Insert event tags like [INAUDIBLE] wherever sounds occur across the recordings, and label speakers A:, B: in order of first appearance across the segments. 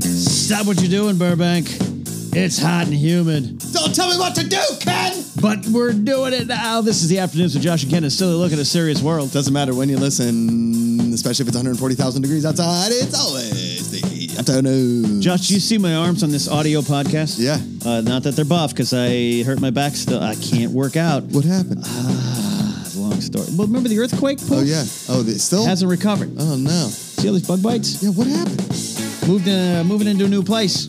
A: Stop what you're doing, Burbank. It's hot and humid,
B: Don't tell me what to do, Ken!
A: but we're doing it now. This is the afternoons with Josh and Ken. It's still a look at a serious world.
B: Doesn't matter when you listen, especially if it's 140,000 degrees outside. It's always the afternoon.
A: Josh, do you see my arms on this audio podcast?
B: Yeah.
A: Uh, not that they're buff, because I hurt my back still. I can't work out.
B: What happened?
A: Ah, long story. Well, remember the earthquake?
B: oh, yeah. Oh, the, still?
A: Hasn't recovered.
B: oh, no.
A: See all these bug bites?
B: Yeah, what happened?
A: Moved uh, moving into a new place.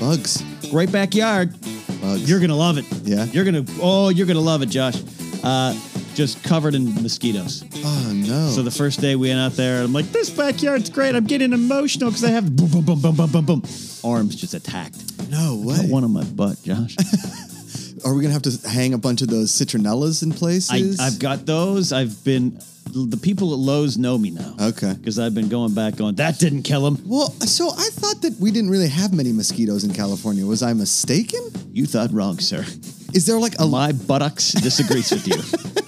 B: Bugs.
A: Great backyard.
B: Bugs.
A: You're gonna love it.
B: Yeah?
A: You're gonna. Oh, you're gonna love it, Josh. Uh, just covered in mosquitoes.
B: oh, no.
A: So the first day we went out there, I'm like, this backyard's great. I'm getting emotional because I have boom, boom, boom, boom, boom, boom, boom. Arms just attacked.
B: no
A: Got
B: way.
A: one on my butt,
B: [LAUGHS]
A: Josh.
B: Are we going to have to hang a bunch of those citronellas in
A: I,
B: places?
A: I've got those. I've been. The people at Lowe's know me now.
B: Okay.
A: Because I've been going back on. That didn't kill him.
B: Well, so I thought that we didn't really have many mosquitoes in California. Was I mistaken?
A: You thought wrong, sir.
B: Is there like a
A: My buttocks disagrees with you.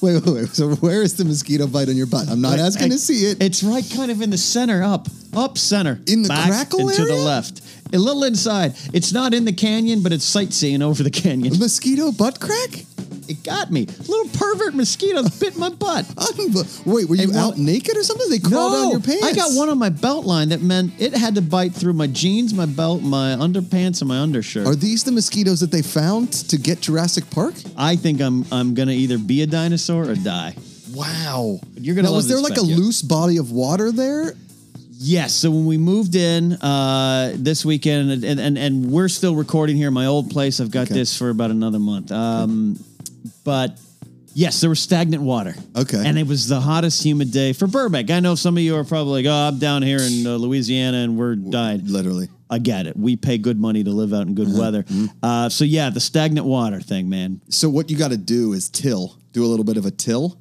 B: wait, wait, wait? So where is the mosquito bite on your butt? I'm [LAUGHS] not asking to see it.
A: It's right kind of in the center, up, up center.
B: In the
A: back
B: crackle
A: and to the
B: area?
A: left. A little inside. It's not in the canyon, but it's sightseeing over the canyon.
B: mosquito butt crack?
A: It got me. Little pervert mosquitoes bit my butt.
B: Unbe- Wait, were you
A: And one-
B: out naked or something? They crawled on your pants.
A: I got one on my belt line that meant it had to bite through my jeans, my belt, my underpants, and my undershirt.
B: Are these the mosquitoes that they found to get Jurassic Park?
A: I think I'm I'm gonna either be a dinosaur or die.
B: Wow.
A: You're gonna
B: Now,
A: love
B: was there
A: this
B: like a
A: backyard.
B: loose body of water there?
A: Yes. So when we moved in uh, this weekend, and, and and and we're still recording here in my old place. I've got
B: Okay.
A: this for about another month. Um, but yes, there was stagnant water.
B: Okay.
A: And it was the hottest, humid day for Burbank. I know some of you are probably like, "Oh, I'm down here in uh, Louisiana, and we're dying."
B: Literally.
A: I get it. We pay good money to live out in good
B: Uh-huh.
A: weather.
B: Mm-hmm.
A: Uh, so yeah, the stagnant water thing, man.
B: So what you got to do is till. Do a little bit of a till.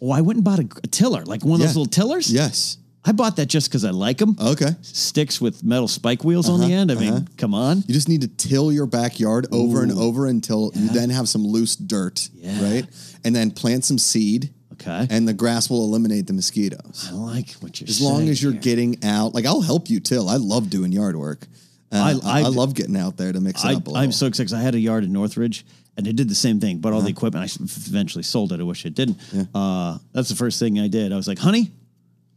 A: Oh, I went and bought a, a tiller, like one of those
B: Yeah. Oh.
A: little tillers.
B: Yes.
A: I bought that just because I like them.
B: Okay.
A: Sticks with metal spike wheels
B: Uh-huh.
A: on the end. I mean, come on.
B: You just need to till your backyard over and over until you then have some loose dirt,
A: Yeah.
B: right? And then plant some seed.
A: Okay.
B: And the grass will eliminate the mosquitoes.
A: I like what you're
B: As long as you're
A: getting.
B: getting out, like I'll help you till. I love doing yard work. Uh,
A: I-
B: I,
A: I-
B: I love getting out there to mix it
A: I,
B: up a little.
A: I'm so excited. 'cause I had a yard in Northridge, and they did the same thing, but
B: Uh-huh.
A: all the equipment. I s- eventually sold it. I wish it didn't. Uh, that's the first thing I did. I was like, "Honey,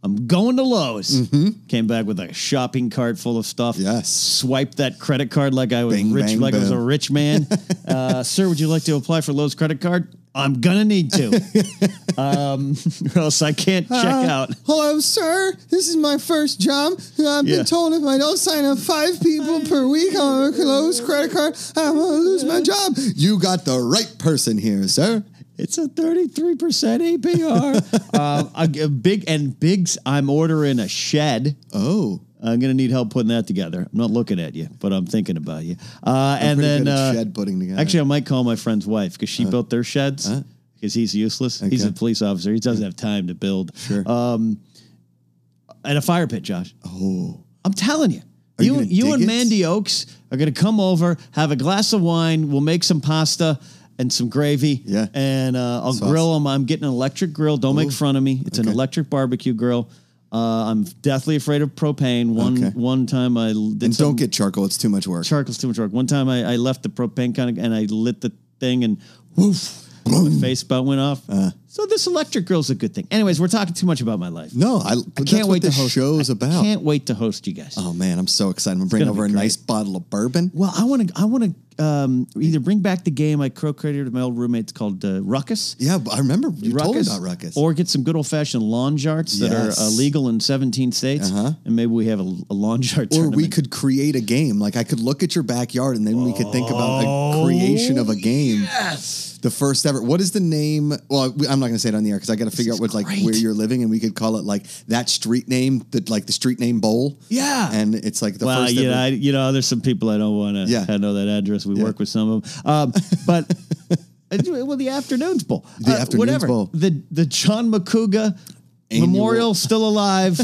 A: I'm going to Lowe's." Came back with a shopping cart full of stuff.
B: Mm-hmm. Yes.
A: Swiped that credit card like I was
B: Bing,
A: rich,
B: bang,
A: like I was a
B: boom.
A: rich
B: [LAUGHS]
A: man. uh, Sir, would you like to apply for Lowe's credit card? I'm gonna need
B: [LAUGHS]
A: to, um, [LAUGHS] or else I can't check
B: Uh,
A: out. [LAUGHS]
B: Hello, sir. This is my first job. Uh, I've
A: Yeah.
B: been told if I don't sign up five people per week on a closed credit card, I'm gonna lose my job. You got the right person here, sir.
A: It's a 33% APR. [LAUGHS] um, I- a big and bigs. I'm ordering a shed.
B: Oh,
A: I'm gonna need help putting that together. I'm not looking at you, but I'm thinking about you. Uh, and
B: pretty
A: then
B: good at
A: uh,
B: shed putting together.
A: Actually, I might call my friend's wife because she built their sheds. Because he's useless. He's a
B: Okay.
A: police officer. He doesn't have time to build.
B: Sure.
A: Um, and a fire pit, Josh.
B: oh,
A: I'm telling you.
B: Are
A: You,
B: you gonna
A: you,
B: dig
A: and
B: it?
A: Mandy Oaks are going to come over, have a glass of wine. We'll make some pasta and some gravy.
B: Yeah.
A: And uh, I'll
B: Sauce.
A: grill them. I'm getting an electric grill. Don't make fun of me. It's an
B: Okay.
A: electric barbecue grill. Uh, I'm deathly afraid of propane. One
B: Okay.
A: one time I l- did
B: and
A: some
B: don't get charcoal; it's too much work.
A: charcoal's too much work. One time I, I left the propane kind of and I lit the thing and woof, my face about went off.
B: Uh-huh.
A: so this electric grill's a good thing. Anyways, we're talking too much about my life.
B: no, I,
A: I
B: that's
A: can't
B: what
A: wait
B: this
A: to host.
B: show's
A: I
B: about.
A: Can't wait to host you guys.
B: Oh man, I'm so excited! I'm gonna bring
A: gonna
B: over a
A: be
B: nice bottle of bourbon.
A: Well, I want to. I want to um, either bring back the game I co-created with my old roommates called uh, Ruckus.
B: Yeah, but I remember you told me about ruckus.
A: or get some good old-fashioned lawn jarts that
B: Yes. Uh-huh.
A: are uh, legal in 17 states, and maybe we have a, a lawn jart.
B: Or
A: tournament.
B: we could create a game. Like I could look at your backyard and then we could think about a creation
A: Oh,
B: of a game. Yes. The first ever. What is the name? Well, we- I'm not going to say it on the air because I got to figure out
A: is
B: what like
A: great.
B: where you're living, and we could call it like that street name, that like the street name bowl.
A: Yeah.
B: And it's like the
A: Well,
B: first.
A: you
B: ever-
A: know, I, you know, there's some people I don't want to.
B: Yeah.
A: I know that address. We work with some of them, um, but
B: [LAUGHS]
A: uh, well, the afternoons bowl,
B: The Afternoons
A: whatever.
B: Bowl.
A: the the John McCouga
B: Annual. [LAUGHS]
A: Memorial Still Alive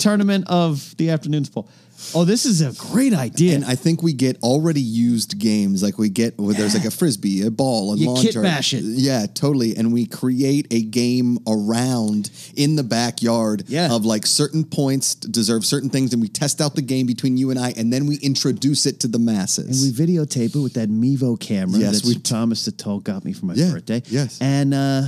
A: tournament of the afternoons bowl. Oh, this is a great idea.
B: And I think we get already used games, like we get where there's like a frisbee, a ball, a
A: You
B: lawn
A: kit
B: dart.
A: bash it.
B: Yeah, totally. And we create a game around in the backyard
A: Yeah.
B: of like certain points deserve certain things, and we test out the game between you and I, and then we introduce it to the masses.
A: we videotape it with that Mevo camera
B: Yes,
A: that
B: we-
A: Thomas Satol got me for my
B: Yeah,
A: birthday.
B: yes.
A: And uh,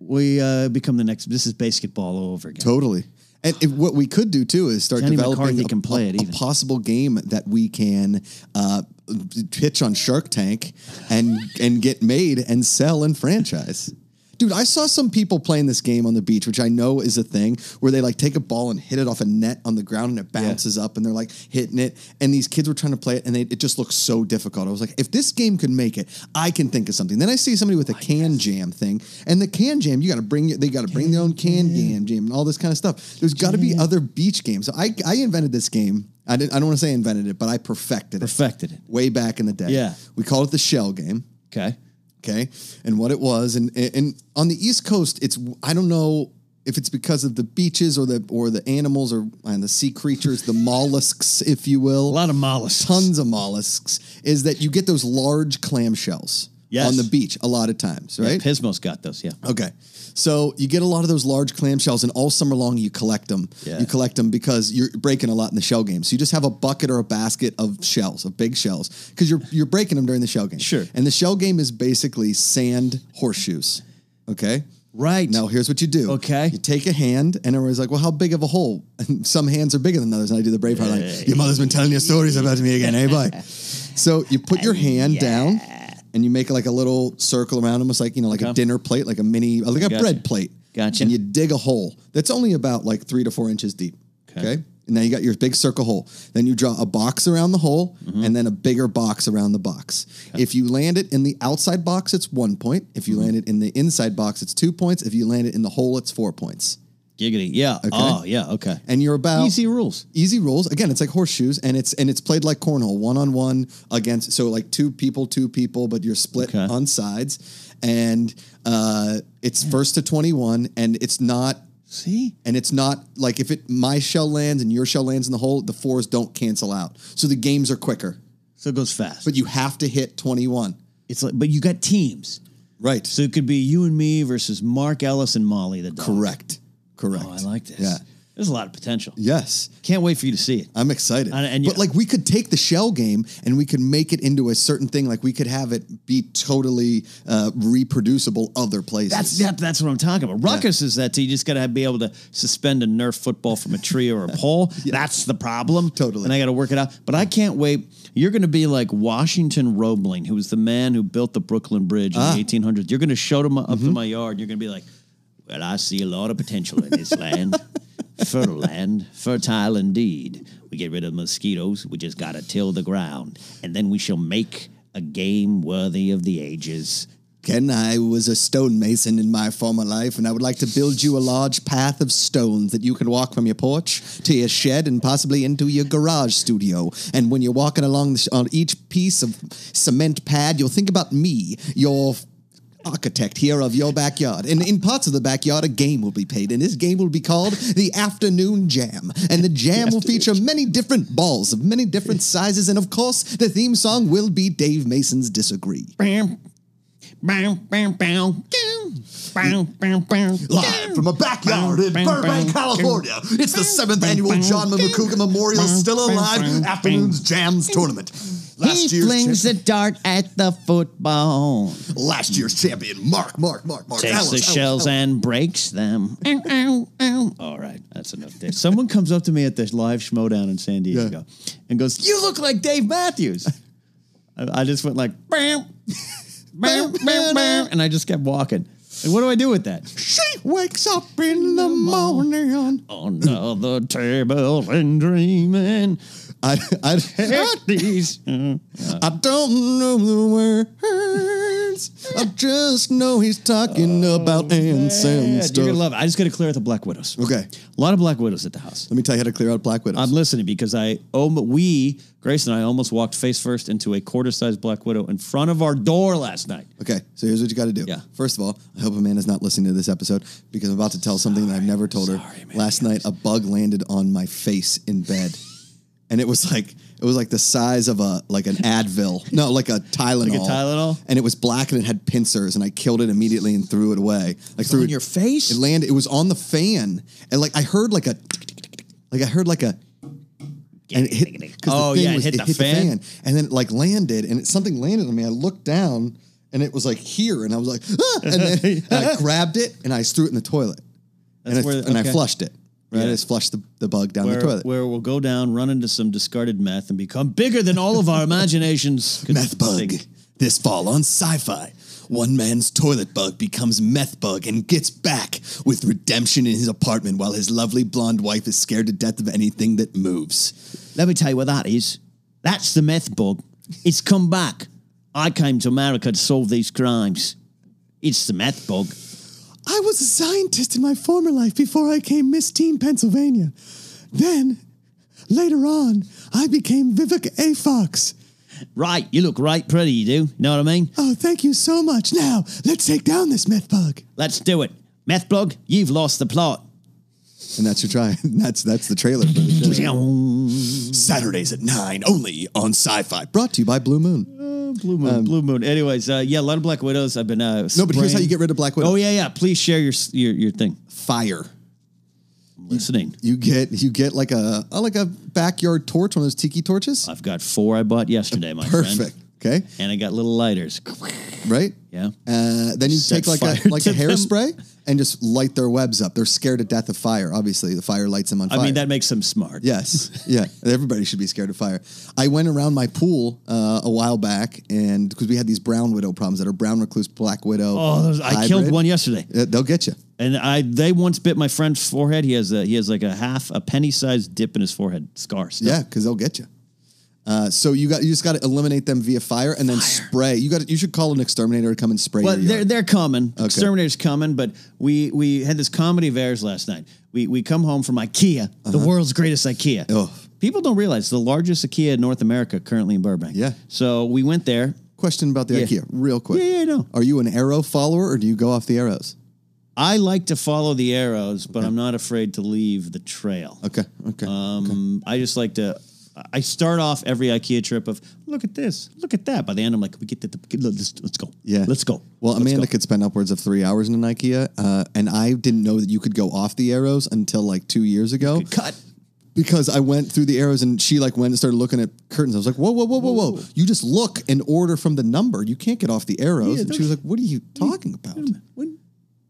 A: we uh, become the next. This is basketball all over again.
B: Totally. And if, what we could do too is start
A: Jenny
B: developing
A: McCarthy
B: a,
A: can play it
B: a- a
A: even.
B: possible game that we can uh, pitch on Shark Tank and and get made and sell and franchise. Dude, I saw some people playing this game on the beach, which I know is a thing where they like take a ball and hit it off a net on the ground and it bounces up and they're like hitting it. And these kids were trying to play it and they, it just looked so difficult. I was like, if this game could make it, I can think of something. Then I see somebody with a can jam thing and the can jam, you got to bring, they got to bring their own can jam, jam and all this kind of stuff. There's got to be other beach games. So I, I invented this game. I, didn't, I don't want to say invented it, but I perfected it.
A: Perfected it.
B: Way back in the day.
A: Yeah.
B: We called it the shell game
A: Okay.
B: okay and what it was and and on the east coast it's i don't know if it's because of the beaches or the or the animals or and the sea creatures the mollusks if you will
A: A lot of mollusks.
B: tons of mollusks is that you get those large clamshells
A: Yes.
B: on the beach a lot of times
A: Yeah,
B: right
A: Pismo's got those. Yeah.
B: Okay. So you get a lot of those large clamshells, and all summer long you collect them.
A: Yeah.
B: You collect them because you're breaking a lot in the shell game. So you just have a bucket or a basket of shells, of big shells, because you're you're breaking them during the shell game.
A: Sure.
B: And the shell game is basically sand horseshoes. Okay.
A: Right.
B: Now here's what you do.
A: Okay.
B: You take a hand, and everybody's like, "Well, how big of a hole?" [LAUGHS] And some hands are bigger than others. And I do the brave part, like, "Your mother's been telling you stories about me again, eh, boy?" So you put
A: [LAUGHS]
B: your hand down, and you make like a little circle around, almost like you know, like a
A: Okay.
B: dinner plate, like a mini, like a
A: Gotcha.
B: bread plate.
A: Gotcha.
B: And you dig a hole that's only about like three to four inches deep. Okay.
A: Okay.
B: And now you got your big circle hole. Then you draw a box around the hole
A: Mm-hmm.
B: and then a bigger box around the box. If you land it in the outside box, it's one point. If
A: Mm-hmm.
B: you land it in the inside box, it's two points. If you land it in the hole, it's four points.
A: Giggity. Yeah. Oh, yeah. Okay.
B: And you're about
A: Easy rules.
B: easy rules. Again, it's like horseshoes, and it's and it's played like cornhole, one on one against. So like two people, two people, but you're split
A: Okay.
B: on sides, and uh, it's first to twenty one, and it's not.
A: See?
B: And it's not like if it my shell lands and your shell lands in the hole, the fours don't cancel out. So the games are quicker,
A: So it goes fast.
B: but you have to hit twenty one.
A: it's like, but you got teams.
B: Right.
A: So it could be you and me versus Mark Ellis and Molly the dog.
B: Correct. Correct.
A: Oh, I like this.
B: Yeah.
A: There's a lot of potential.
B: Yes.
A: Can't wait for you to see it.
B: I'm excited.
A: And- and
B: but
A: you-
B: like we could take the shell game and we could make it into a certain thing. Like we could have it be totally uh, reproducible other places.
A: That's that, that's what I'm talking about. Ruckus is that too. You just got to be able to suspend a Nerf football from a tree or a pole. That's the problem.
B: Totally.
A: And I got to work it out. But I can't wait. You're going to be like Washington Roebling, who was the man who built the Brooklyn Bridge in the 1800s. You're going to show them up to my yard. And you're going to be like, well, I see a lot of potential in this land. Fertile land, fertile indeed. We get rid of mosquitoes. We just got to till the ground. And then we shall make a game worthy of the ages.
B: Ken, I was a stonemason in my former life, and I would like to build you a large path of stones that you can walk from your porch to your shed and possibly into your garage studio. And when you're walking along the sh- on each piece of cement pad, you'll think about me, your f- architect here of your backyard. And in parts of the backyard, a game will be played, and this game will be called the Afternoon Jam. And the jam will feature many different balls of many different sizes, and of course, the theme song will be Dave Mason's Disagree.
C: Bam, bam, bam, bam, bam, bam, bam.
B: Live from a backyard in Burbank, California, it's the seventh annual John Mamakuga Memorial Still Alive Afternoons Jams Tournament. Last
C: He flings
B: year's,
C: the dart at the football.
B: champ- last year's champion, Mark, Mark, Mark, Mark.
A: takes
B: Ellis,
A: the
B: Ellis,
A: shells and breaks them.
C: Ow, ow, ow.
A: All right, that's enough. Dave. [LAUGHS] Someone comes up to me at this live schmodown in San Diego and goes, "You look like Dave
C: [LAUGHS]
A: Matthews." I, I just went like,
C: Bam,
A: [LAUGHS]
C: bam, bam, bam.
A: and I just kept walking. And what do I do with that?
B: She wakes up in the morning.
A: On the table and dreaming.
B: I, I,
A: at these.
B: I don't know the words. I just know he's talking about
A: Yeah,
B: Anselm
A: You're gonna
B: stuff.
A: love it. I just got to clear out the black widows.
B: Okay.
A: a lot of black widows at the house.
B: Let me tell you how to clear out Black Widows.
A: I'm listening because I oh we Grace and I almost walked face first into a quarter sized black widow in front of our door last night.
B: Okay, so here's what you got to do.
A: Yeah.
B: First of all, I hope Amanda's not listening to this episode because I'm about to tell something that I've never told her.
A: Sorry, Amanda.
B: Last night, a bug landed on my face in bed, and it was like it was like the size of a like an Advil, no, like a Tylenol.
A: Tylenol?
B: and it was black and it had pincers, and I killed it immediately and threw it away. Like threw
D: on
B: it-
D: your face?
B: It landed. It was on the fan, and like I heard like a, like I heard like a. And it hit, 'cause
A: Oh,
B: the thing
A: yeah, it
B: was-
A: hit the fan?
B: and then it like landed, and it, something landed on me. I looked down, and it was like here, and I was like, ah!
A: [LAUGHS]
B: and then and I grabbed it and I threw it in the toilet, and, I,
A: where-
B: and I
A: okay.
B: flushed it. Right,
A: Yeah.
B: I just flushed the, the bug down
A: where,
B: the toilet.
A: where we'll go down, run into some discarded meth, and become bigger than all of our imaginations. could
B: [LAUGHS] Meth bug.
A: think.
B: This fall on sci-fi. One man's toilet bug becomes meth bug and gets back with redemption in his apartment while his lovely blonde wife is scared to death of anything that moves.
A: Let me tell you what that is. That's the meth bug. It's come back. I came to America to solve these crimes. It's the meth bug.
B: I was a scientist in my former life before I came Miss Teen Pennsylvania. Then, later on, I became Vivek A. Fox.
A: Right, you look right pretty, you do. Know what I mean?
B: Oh, thank you so much. Now, let's take down this meth bug.
A: Let's do it. Meth bug, you've lost the plot.
B: And that's your try. [LAUGHS] That's that's the trailer for the show.
A: Blue
B: Saturdays at 9 only on Sci Fi. Brought to you by Blue Moon.
A: moon, blue moon. Anyways, uh, yeah, a lot of black widows. I've been uh,
B: Um, No, but here's how you get rid of Black Widow.
A: Oh yeah, yeah. Please share your s- your, your thing.
B: Fire.
A: I'm listening.
B: You get you get like a oh, like a backyard torch, one of those tiki torches.
A: I've got four I bought yesterday, my friend.
B: Perfect. Okay.
A: And I got little lighters.
B: Right?
A: Yeah.
B: Uh, then you
A: Set
B: take like a
A: fire
B: like
A: to
B: a
A: them.
B: hairspray and just light their webs up. They're scared to death of fire. Obviously, the fire lights them on
A: I
B: fire.
A: mean, that makes them smart.
B: Yes. Yeah. Everybody should be scared of fire. I went around my pool uh, a while back, and because we had these brown widow problems that are brown recluse, black widow.
A: Oh, those, I killed
B: hybrid.
A: one yesterday,
B: Uh, they'll get you.
A: and I they once bit my friend's forehead. He has a he has like a half a penny sized dip in his forehead scar. Still.
B: Yeah, because they'll get you. Uh, so you got you just got to eliminate them via fire and then spray. You got you should call an exterminator to come and spray.
A: Well,
B: your
A: they're
B: yard.
A: they're coming. Exterminator's coming, but we we had this comedy of errors last night. We we come home from IKEA, the
B: Uh-huh.
A: world's greatest IKEA.
B: Oh.
A: People don't realize the largest IKEA in North America currently in Burbank.
B: Yeah.
A: So we went there.
B: Question about the
A: Yeah.
B: IKEA, real quick.
A: Yeah, yeah, no.
B: Are you an arrow follower or do you go off the arrows?
A: I like to follow the arrows, but I'm not afraid to leave the trail.
B: Okay, okay.
A: Um, I just like to. I start off every IKEA trip of look at this, look at that. By the end, I'm like, we get the, let's, let's go,
B: yeah,
A: let's go.
B: Well,
A: Let's
B: Amanda
A: go.
B: could spend upwards of three hours in an IKEA, uh, and I didn't know that you could go off the arrows until like two years ago.
A: cut.
B: because I went through the arrows and she like went and started looking at curtains. I was like, whoa, whoa, whoa, whoa, whoa! You just look and order from the number. You can't get off the arrows.
A: Yeah,
B: and
A: don't-
B: she was like, what are you talking about?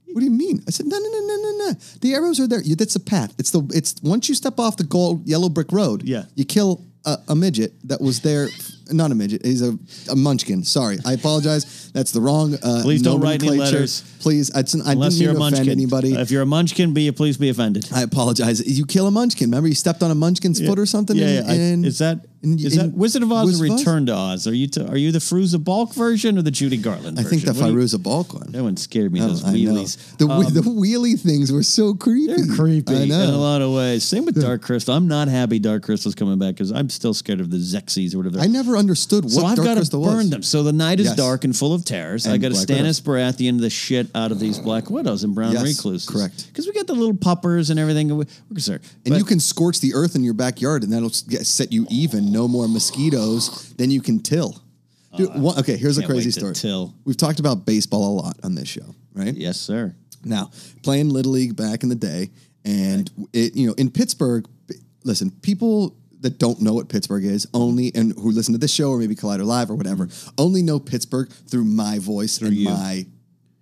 B: What do you mean? I said, no, no, no, no, no, no. The arrows are there. You, that's a path. It's the it's once you step off the gold yellow brick road.
A: Yeah.
B: you kill a, a midget that was there. Not a midget. He's a, a munchkin. Sorry, I apologize. That's the wrong. Uh,
A: Please don't write any
B: nomenclature.
A: letters.
B: Please, it's an, I
A: Unless
B: didn't
A: you're a
B: mean to offend
A: munchkin,
B: anybody.
A: if you're a munchkin, be please be offended.
B: I apologize. You kill a munchkin. Remember, you stepped on a munchkin's foot or something.
A: Yeah,
B: in-
A: yeah. I-
B: in-
A: is that
B: in-
A: is
B: in
A: that Wizard of Oz
B: Wizard
A: or
B: of Oz?
A: Return to Oz? Are you to, are you the Fruza Balk version or the Judy Garland?
B: I think the
A: version? What do you-
B: Firuza Balk one.
A: That one scared me.
B: Oh,
A: those
B: I know.
A: wheelies. Um,
B: The, whe- the wheelie things were so creepy.
A: They're creepy
B: I
A: in
B: know.
A: a lot of ways. Same with Dark Crystal. I'm not happy Dark Crystal's coming back because I'm still scared of the Zexies or whatever.
B: I never understood what
A: so I've
B: Dark
A: got to
B: Crystal was.
A: burn them. So the night is
B: Yes.
A: dark and full of terrors. I
B: And
A: got to
B: Black
A: Stannis Baratheon the shit out of these Black Widows and Brown
B: Yes,
A: Recluses.
B: correct.
A: Because we got the little puppers and everything. and we- We're concerned.
B: And
A: But-
B: you can scorch the earth in your backyard, and that'll s- get- set you even. No more mosquitoes. Then you can till. Dude, one- okay, here's a
A: Uh, can't
B: crazy
A: wait to
B: story.
A: till.
B: We've talked about baseball a lot on this show, right?
A: Yes, sir.
B: Now, playing Little League back in the day, and it, you know, in Pittsburgh, b- listen, people that don't know what Pittsburgh is only, and who listen to this show or maybe Collider Live or whatever, only know Pittsburgh through my voice and my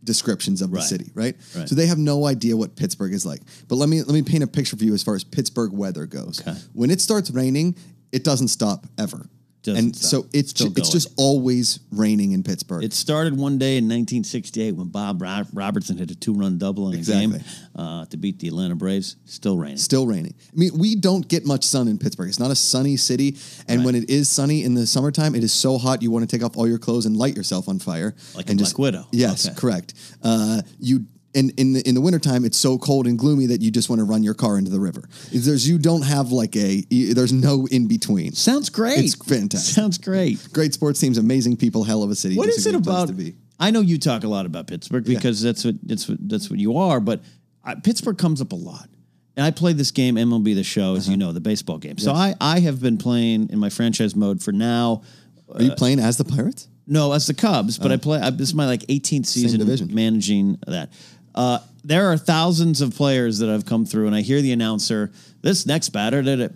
B: descriptions of the
A: Right.
B: city, right?
A: Right.
B: So they have no idea what Pittsburgh is like. But let me let me paint a picture for you as far as Pittsburgh weather goes.
A: Okay.
B: When it starts raining, it doesn't stop ever.
A: Doesn't
B: and
A: stop.
B: so it's
A: Still
B: ju- it's
A: going.
B: just always raining in Pittsburgh.
A: It started one day in 1968 when Bob Ro- Robertson hit a two-run double in a game
B: Exactly.
A: uh, to beat the Atlanta Braves. Still raining.
B: still raining. I mean, we don't get much sun in Pittsburgh. It's not a sunny city, and when it is sunny in the summertime, it is so hot you want to take off all your clothes and light yourself on fire,
A: Like a
B: and
A: Black Widow.
B: Yes,
A: Okay.
B: correct. Uh, you. And in the, in the wintertime, it's so cold and gloomy that you just want to run your car into the river. There's you don't have like a you- there's no in between.
A: Sounds great.
B: It's fantastic.
A: Sounds great.
B: Great sports teams, amazing people, hell of a city.
A: What
B: just
A: is
B: a
A: it
B: great place
A: about?
B: To be.
A: I know you talk a lot about Pittsburgh because that's what that's what that's what you are. But uh, Pittsburgh comes up a lot. And I played this game, MLB The Show, as you know, the baseball game. So I, I have been playing in my franchise mode for now.
B: Are you playing as the Pirates?
A: No, as the Cubs, but I play. I, this is my like 18th season
B: Oh. division.
A: managing that. Uh, there are thousands of players that I've come through, and I hear the announcer, "This next batter did it."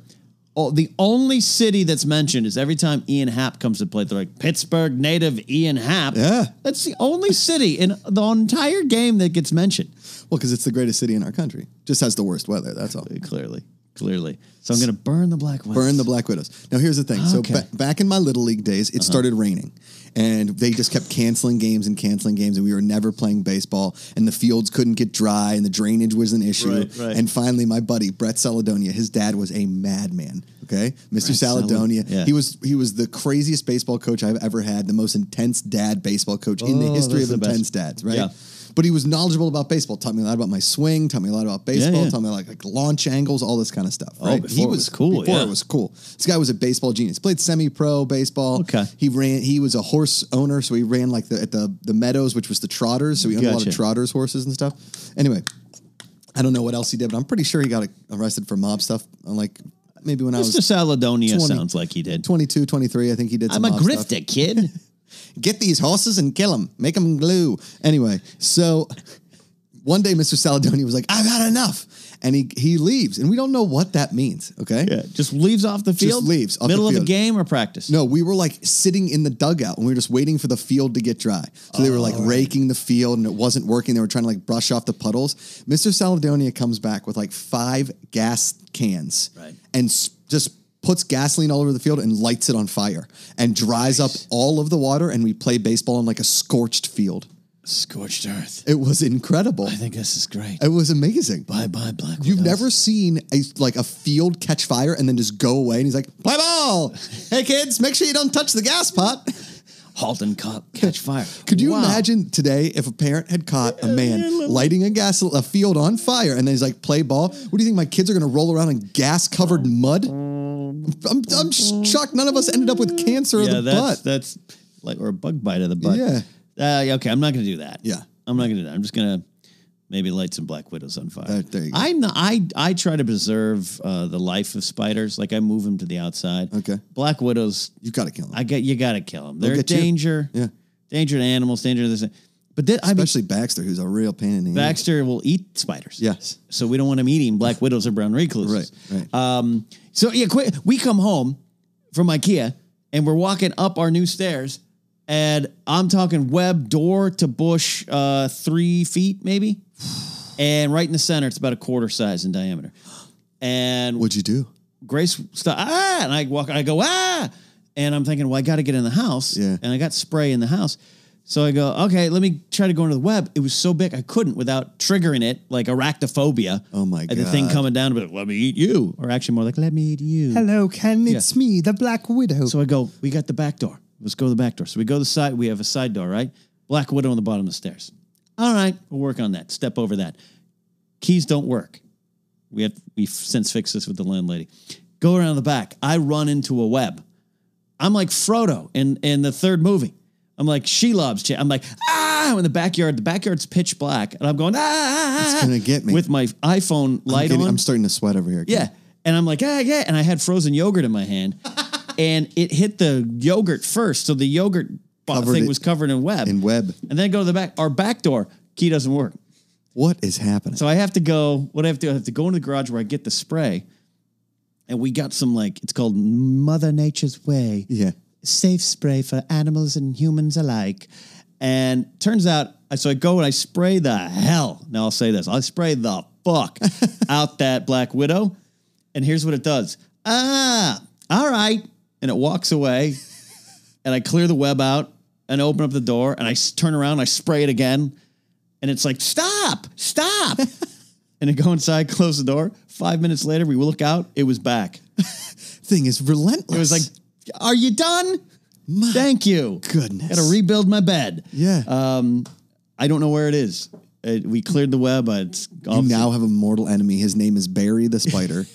A: Oh, the only city that's mentioned is every time Ian Happ comes to play, they're like Pittsburgh native Ian Happ.
B: Yeah.
A: that's the only city in the entire game that gets mentioned.
B: Well, because it's the greatest city in our country. Just has the worst weather. That's all.
A: Clearly, clearly. So I'm gonna burn the black. Widows.
B: Burn the Black Widows. Now, here's the thing. So,
A: Okay. Uh-huh.
B: ba- back in my Little League days, it started raining. And they just kept canceling games and canceling games, and we were never playing baseball. And the fields couldn't get dry, and the drainage was an issue.
A: Right, right.
B: And finally, my buddy Brett Saladonia, his dad was a madman. Okay, Mr.
A: Salad-
B: Saladonia,
A: yeah.
B: he was he was the craziest baseball coach I've ever had, the most intense dad baseball coach in the
A: Oh,
B: history
A: those are
B: of
A: the best.
B: intense dads. Right.
A: Yeah.
B: But he was knowledgeable about baseball. Taught me a lot about my swing. Taught me a lot about baseball.
A: yeah.
B: Taught me like, like launch angles, all this kind of stuff.
A: Oh,
B: Right?
A: before it was cool,
B: Before
A: yeah.
B: it was cool. This guy was a baseball genius. Played semi-pro baseball.
A: Okay.
B: He ran. He was a horse owner, so he ran like the at the the meadows, which was the trotters. So he owned a lot of
A: Gotcha.
B: trotters horses and stuff. Anyway, I don't know what else he did, but I'm pretty sure he got arrested for mob stuff. Like maybe when I was
A: Mr. Saladonia
B: 20.
A: sounds like he did.
B: 22, 23, I think he did.
A: I'm
B: Some
A: a
B: mob stuff
A: grifter,
B: [LAUGHS]
A: kid.
B: get these horses and kill them, make them glue. Anyway, so one day Mr. Saladoni was like, I've had enough. And he, he leaves, and we don't know what that means. Okay.
A: Yeah, just leaves off the field.
B: leaves off the
A: middle of
B: field.
A: a game or practice.
B: No, we were like sitting in the dugout and we were just waiting for the field to get dry. So they were like
A: Oh.
B: raking the field and it wasn't working. They were trying to like brush off the puddles. Mr. Saladonia comes back with like five gas cans
A: Right.
B: and s- just puts gasoline all over the field and lights it on fire and dries up all of the water. And we play baseball on like a scorched field.
A: Scorched earth.
B: It was incredible.
A: I think this is great.
B: It was amazing.
A: Bye bye, Black.
B: You've
A: Widows.
B: never seen a like a field catch fire and then just go away. And he's like, "Play ball, hey kids, make sure you don't touch the gas pot."
A: halt and cop catch fire.
B: Could you
A: Wow.
B: imagine today if a parent had caught a man lighting a gas a field on fire and then he's like, "Play ball"? What do you think my kids are going to roll around in gas covered mud? I'm, I'm just shocked. None of us ended up with cancer
A: Yeah,
B: of the
A: that's
B: butt.
A: that's like or a bug bite of the butt.
B: Yeah.
A: Uh, okay, I'm not gonna do that.
B: Yeah.
A: I'm not gonna do that. I'm just gonna maybe light some black widows on fire.
B: There- there you go.
A: I'm not, I I try to preserve uh, the life of spiders. Like I move them to the outside.
B: Okay.
A: Black widows.
B: You've got to kill him,
A: I get you. Got to kill them. They're a
B: get you.
A: danger.
B: Yeah.
A: Danger to animals. Danger to this. But then, I mean,
B: especially Baxter, who's a real pain in the ass.
A: Baxter will eat spiders.
B: Yes.
A: So we don't want him eating black widows or brown recluses.
B: Right,
A: Um, so yeah, quick, we come home from IKEA and we're walking up our new stairs, and I'm talking web door to bush, uh, three feet maybe, and right in the center, it's about a quarter size in diameter. And
B: What'd you do?
A: Grace stop ah and I walk I go ah and I'm thinking well I got to get in the house
B: Yeah.
A: and I got spray in the house so I go okay let me try to go into the web it was so big I couldn't without triggering it like arachnophobia
B: Oh, my
A: and the thing
B: God.
A: coming down but let me eat you or actually more like let me eat you
B: Hello, Ken. It's me, the Black Widow.
A: so I go we got the back door let's go to the back door so we go to the side we have a side door right black widow on the bottom of the stairs all right we'll work on that step over that keys don't work we have we've since fixed this with the landlady. Go around the back. I run into a web. I'm like Frodo in in the third movie. I'm like Shelob's cha- I'm like ah I'm in the backyard. The backyard's pitch black, and I'm going ah, ah. ah, ah,"
B: gonna get me.
A: with my iPhone light
B: Getting-
A: on.
B: I'm starting to sweat over here. Ken.
A: yeah, and I'm like ah yeah, and I had frozen yogurt in my
B: [LAUGHS]
A: hand, and it hit the yogurt first, so the yogurt bo-
B: Covered
A: thing
B: it
A: was covered in web.
B: in web.
A: and then go to the back. Our back door key doesn't work.
B: What is happening?
A: So I have to go. What I have to do, I have to go into the garage where I get the spray, and we got some like it's called Mother Nature's Way,
B: yeah.
A: safe spray for animals and humans alike. And turns out, so I go and I spray the hell. Now I'll say this: I spray the fuck out that Black Widow, and here's what it does. Ah, all right, and it walks away, and I clear the web out and open up the door, and I s- turn around, and I spray it again, and it's like stop, stop. And I go inside, close the door. Five minutes later, we look out. It was back.
B: Thing is relentless.
A: It was like, "Are you done?
B: My
A: Thank you.
B: goodness.
A: Got to rebuild my bed.
B: yeah.
A: I don't know where it is. It, we cleared the web. but It's
B: you
A: obviously-
B: now have a mortal enemy. His name is Barry
A: [LAUGHS]
B: the Spider,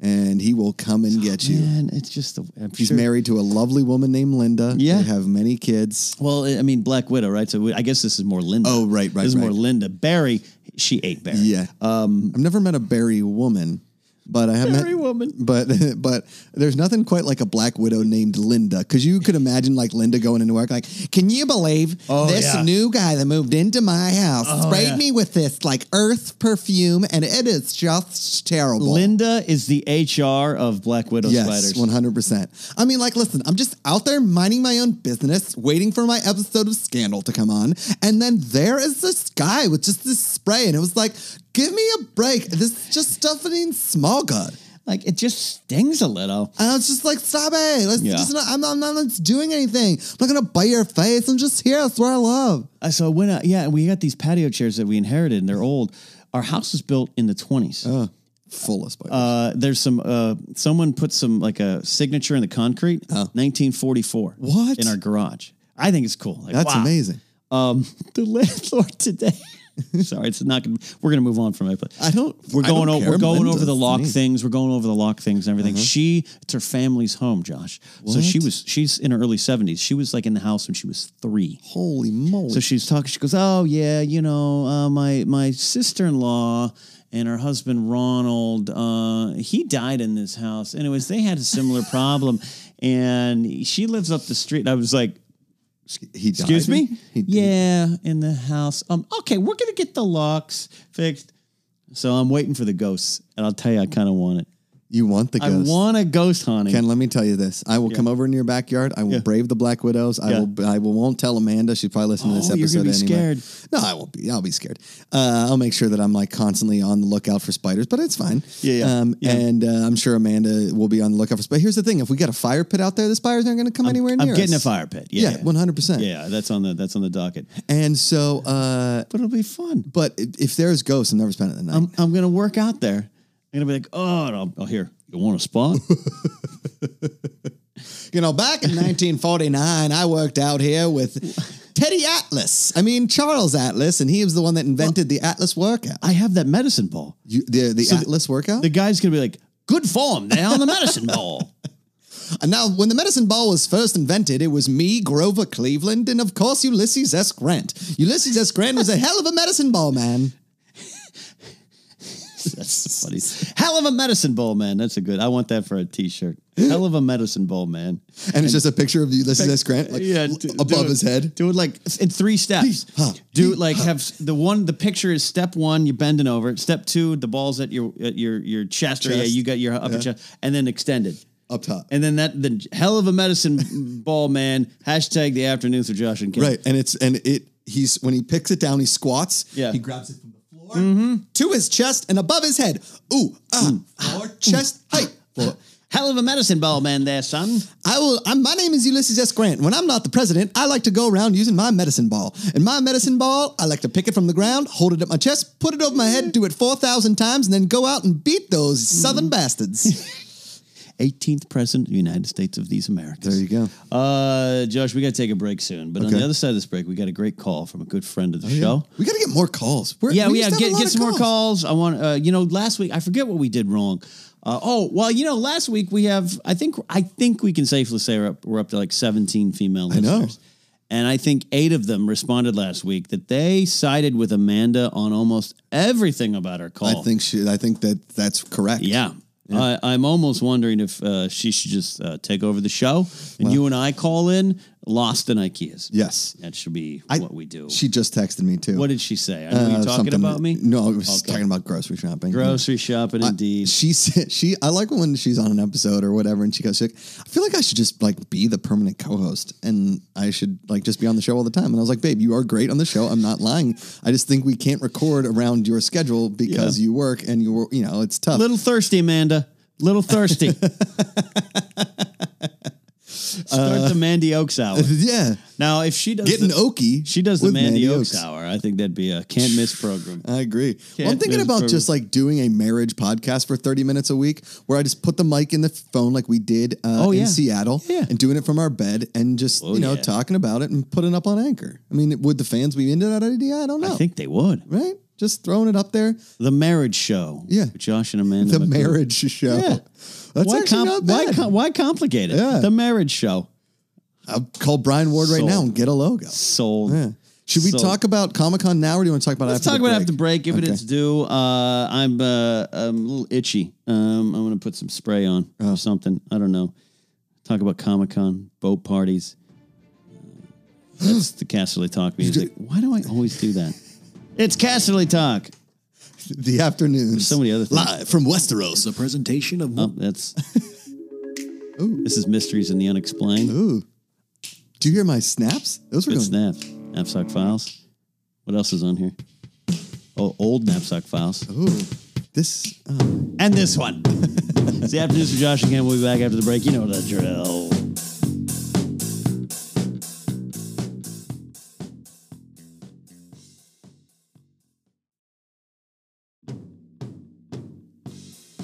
B: and he will come and get you.
A: Man, it's just. the- I'm
B: He's
A: sure-
B: married to a lovely woman named Linda.
A: Yeah.
B: They have many kids.
A: Well, I mean, Black Widow, right? So we, I guess this is more Linda.
B: Oh, right, right,
A: This is
B: right.
A: more Linda. Barry she ate Barry.
B: Yeah. Um, I've never met a berry woman, but I have
A: Berry
B: met
A: woman.
B: But [LAUGHS] but there's nothing quite like a black widow named Linda because you could imagine like Linda going into work like, can you believe
A: Oh,
B: this
A: yeah. Oh,
B: new guy that moved into my house sprayed
A: yeah.
B: me with this like earth perfume and it is just terrible.
A: Linda is the HR of Black Widow
B: Yes,
A: spiders.
B: one hundred percent. I mean, like, listen, I'm just out there minding my own business, waiting for my episode of Scandal to come on, and then there is this guy with just this spray, and it was like, give me a break. This is just stuffing small gut.
A: Like it just stings a little.
B: And I was just like, stop it. Let's
A: Yeah.
B: just not, I'm, I'm not doing anything. I'm not gonna bite your face. I'm just here. That's what I love.
A: Uh, so when I, yeah, we got these patio chairs that we inherited, and they're old. Our house was built in the
B: Oh.
A: twenties.
B: Full of spiders.
A: Uh, there's some uh, someone put some like a signature in the concrete. 1944.
B: What?
A: in our garage? I think it's cool. Like,
B: That's
A: wow.
B: amazing.
A: Um, the landlord today. [LAUGHS] Sorry, it's not gonna. We're gonna move on from it. But
B: I don't.
A: we're
B: I don't
A: going. over
B: care.
A: we're going
B: Linda,
A: over the
B: it's
A: lock
B: neat. Uh-huh.
A: things. We're going over the lock things and everything. She. It's her family's home, Josh. So she was. She's in her early 70s. She was like in the house when she was three.
B: Holy moly!
A: So she's talking. She goes, "Oh yeah, you know, uh, my my sister in law and her husband Ronald, uh, he died in this house. Anyways, they had a similar problem, and she lives up the street." I was like,
B: he died.
A: "Excuse me?
B: He,
A: yeah, in the house. Um, okay, we're gonna get the locks fixed." So I'm waiting for the ghosts, and I'll tell you, I kind of want it.
B: You want the ghost?
A: I want a ghost haunting.
B: Ken, let me tell you this. I will come over in your backyard. I will brave the black widows. I
A: Yeah.
B: will. I will, won't tell Amanda. She probably listened to this
A: Oh, you're
B: episode
A: gonna be
B: anyway.
A: scared.
B: No, I won't be. I'll be scared. Uh, I'll make sure that I'm like constantly on the lookout for spiders, but it's fine.
A: Yeah, yeah.
B: Um,
A: Yeah.
B: And uh, I'm sure Amanda will be on the lookout for. But here's the thing: if we got a fire pit out there, the spiders aren't going to come anywhere near
A: I'm getting
B: us.
A: a fire pit. Yeah,
B: Yeah, one hundred percent.
A: yeah, that's on the that's on the docket,
B: And so, uh,
A: but it'll be fun.
B: but if if there's ghosts, I'm never spending the night.
A: I'm, I'm gonna work out there. I'm gonna be like, oh, and I'll, oh, here, you want a [LAUGHS] spot?
B: You know, back [LAUGHS] in 1949, I worked out here with Teddy Atlas. I mean, Charles Atlas, and he was the one that invented the Atlas workout.
A: I have that medicine ball.
B: You, the the
A: So the-
B: Atlas workout?
A: The guy's gonna be like, good form there on the medicine ball. [LAUGHS]
B: and now, when the medicine ball was first invented, it was me, Grover Cleveland, and of course, Ulysses S. Grant. Ulysses S. Grant was a hell of a medicine ball, man.
A: That's funny. Hell of a medicine ball, man. That's a good. I want that for a T-shirt. Hell of a medicine ball, man.
B: And it's just a picture of Ulysses S. Grant like,
A: do-
B: above
A: do it-
B: his head.
A: Do it like in three steps.
B: huh,
A: Do it like have s- the one. The picture is step one. You're bending over. Step two. The ball's at your at your your chest. Or yeah,
B: Chest.
A: you got your upper chest, and then extended.
B: Up top.
A: And then that the hell of a medicine ball man hashtag the afternoons with Josh and Ken.
B: Right, and it's and it he's when he picks it down, he squats.
A: Yeah. Mm-hmm.
B: he grabs it from the floor to his chest and above his head. Ooh, ah,
A: Mm.
B: floor, chest
A: Ah,
B: height. Floor.
A: Hell of a medicine ball man there, son.
B: I will. I'm, my name is Ulysses S. Grant. When I'm not the president, I like to go around using my medicine ball. And my medicine ball, I like to pick it from the ground, hold it up my chest, put it over my head, do it four thousand times, and then go out and beat those
A: Mm-hmm. [LAUGHS]
B: southern bastards.
A: 18th president of the United States of these Americas.
B: There you go.
A: Uh, Josh, we got to take a break soon. But on
B: Okay.
A: the other side of this break, we got a great call from a good friend of the show.
B: Oh. We got to get more calls. We're,
A: Yeah,
B: we
A: we yeah,
B: used to
A: get
B: have a lot
A: get
B: of
A: some more calls. I want uh, you know, last week I forget what we did wrong. Uh, oh well, you know, last week we have I think I think we can safely say we're up, we're up to like seventeen female
B: know.
A: listeners, and I think eight of them responded last week that they sided with Amanda on almost everything about our call.
B: I think she, I think that that's correct.
A: yeah. I, I'm almost wondering if uh, she should just uh, take over the show and you and I call in Lost in IKEAs.
B: Yes.
A: That should be what we do.
B: She just texted me too.
A: what did she say? I know
B: Uh,
A: you're talking
B: something-
A: about me.
B: No, I was talking about grocery shopping.
A: Grocery shopping, indeed.
B: [LAUGHS] She said she. I like when she's on an episode or whatever, and she goes, like, "I feel like I should just like be the permanent co-host, and I should like just be on the show all the time." And I was like, "Babe, you are great on the show. I'm not lying. I just think we can't record around your schedule because you work and you wor- you know it's tough."
A: little thirsty, Amanda. Little
B: [LAUGHS]
A: thirsty. Start the Mandy Oaks hour.
B: yeah,
A: Now, if she does,
B: Uh, getting
A: the,
B: oaky.
A: she does the
B: with
A: Mandy,
B: Mandy
A: Oaks.
B: Oaks.
A: hour. I think that'd be a can't miss program.
B: I agree. Well, I'm
A: Can't
B: thinking
A: miss
B: about
A: program.
B: just like doing a marriage podcast for 30 minutes a week where I just put the mic in the phone like we did uh,
A: Oh, yeah.
B: in Seattle
A: Yeah. Oh,
B: and doing it from our bed and just, you know,
A: yeah.
B: talking about it and putting up on Anchor. I mean, would the fans be into that idea? I don't know.
A: I think they would.
B: right? Just throwing it up there.
A: The marriage show.
B: Yeah.
A: with Josh and Amanda.
B: The
A: McCool.
B: marriage show.
A: Yeah.
B: That's
A: why,
B: actually
A: com-
B: not
A: why,
B: bad.
A: com- why complicate it?
B: Yeah.
A: The marriage show.
B: I'll call Brian Ward right now
A: Sold.
B: and get a logo.
A: Sold.
B: Yeah. Should we
A: So-
B: talk about Comic Con now, or do you want to talk about
A: Let's
B: after
A: talk
B: the
A: about
B: break?
A: after break. Give it
B: Okay.
A: its due. Uh, I'm, uh, I'm a little itchy. Um, I'm going to put some spray on or
B: Oh.
A: something. I don't know. Talk about Comic Con, boat parties. Uh, That's the Casterly Talk music. Why do I always do that? It's Casterly Talk.
B: the afternoon.
A: So many other things.
B: Live from Westeros.
D: The presentation of
A: Oh,
B: [LAUGHS]
A: that's. This is Mysteries in the Unexplained.
B: Ooh, do you hear my snaps? Those were
A: Good
B: going.
A: snap. Knapsack Files. What else is on here? Oh, old Knapsack Files.
B: Ooh, this. Oh,
A: And this one. [LAUGHS] it's the afternoons with Josh and Cam. We'll be back after the break. You know the drill.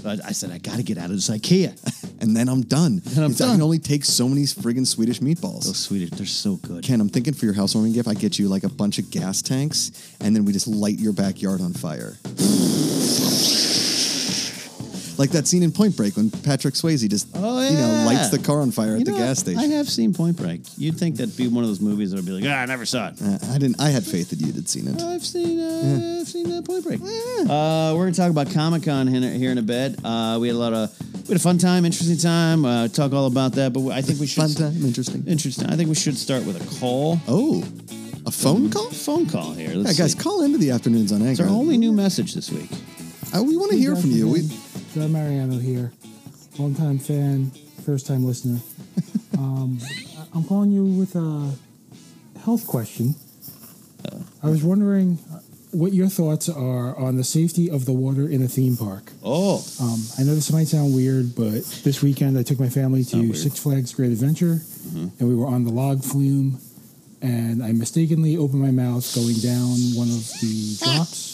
A: I, I said, I got to get out of this IKEA. [LAUGHS]
B: and then I'm done.
A: I'm
B: It's- I
A: done.
B: can only take so many friggin' Swedish
A: Those
B: meatballs.
A: Swedish, they're so good.
B: Ken, I'm thinking for your housewarming gift, I get you like a bunch of gas tanks, and then we just light your backyard on fire. Like that scene in Point Break when Patrick Swayze just,
A: Oh,
B: you
A: yeah.
B: know, lights the car on fire
A: You
B: at the
A: know,
B: gas station.
A: I have seen Point Break. You'd think that'd be one of those movies that would be like, ah, I never saw it.
B: Uh, I didn't. I had faith that you'd seen it.
A: I've seen uh, I've seen that Point Break. Uh, we're gonna talk about Comic Con here in a bit. Uh, we had a lot of we had a fun time, interesting time. Uh, talk all about that, but I think we should
B: Fun time, interesting.
A: interesting. I think we should start with a call,
B: Oh, a phone call?
A: phone call here.
B: Yeah,
A: Let's
B: guys,
A: see.
B: call into the afternoons on
A: it's
B: Anchor.
A: our only new message this week.
B: Uh, we want to hear from you. We,
E: Joe Mariano here, longtime fan, first time listener. um, I- I'm calling you with a health question. I was wondering uh, what your thoughts are on the safety of the water in a theme park.
A: Oh,
E: Um, I know this might sound weird, but this weekend I took my family
A: not
E: to
A: weird.
E: Six Flags Great Adventure, and we were on the log flume, and I mistakenly opened my mouth going down one of the drops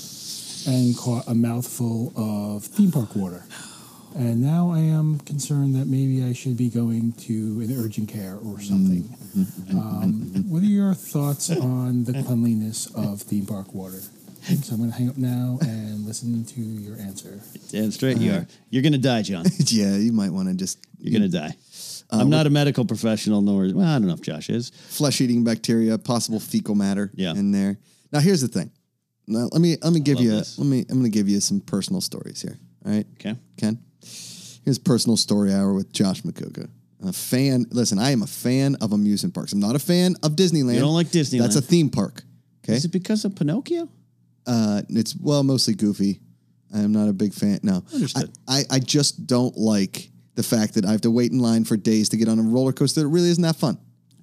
E: and caught a mouthful of theme park water. And now I am concerned that maybe I should be going to an urgent care or something. Um, what are your thoughts on the cleanliness of theme park water? Thanks. I'm going to hang up now and listen to your answer.
A: damn straight you are. You're gonna die,
B: [LAUGHS]
A: John.
B: yeah, you might want to just
A: You're gonna die.
B: Uh,
A: I'm not a medical professional, nor well, I don't know if Josh is.
B: flesh-eating bacteria, possible fecal matter
A: Yeah.
B: in there. Now, here's the thing. Now, let me let me give
A: love
B: you a,
A: this.
B: let me I'm going to give you some personal stories here. All right,
A: Okay.
B: Ken. Here's personal story hour with Josh McCuga. A fan. Listen, I am a fan of amusement parks. I'm not a fan of Disneyland.
A: You don't like
B: That's a
A: Disneyland.
B: theme park. Okay.
A: Is it because of Pinocchio?
B: Uh, it's well, mostly goofy. I'm not a big fan. No,
A: Understood.
B: I, I, I just don't like the fact that I have to wait in line for days to get on a roller coaster. It really isn't that fun.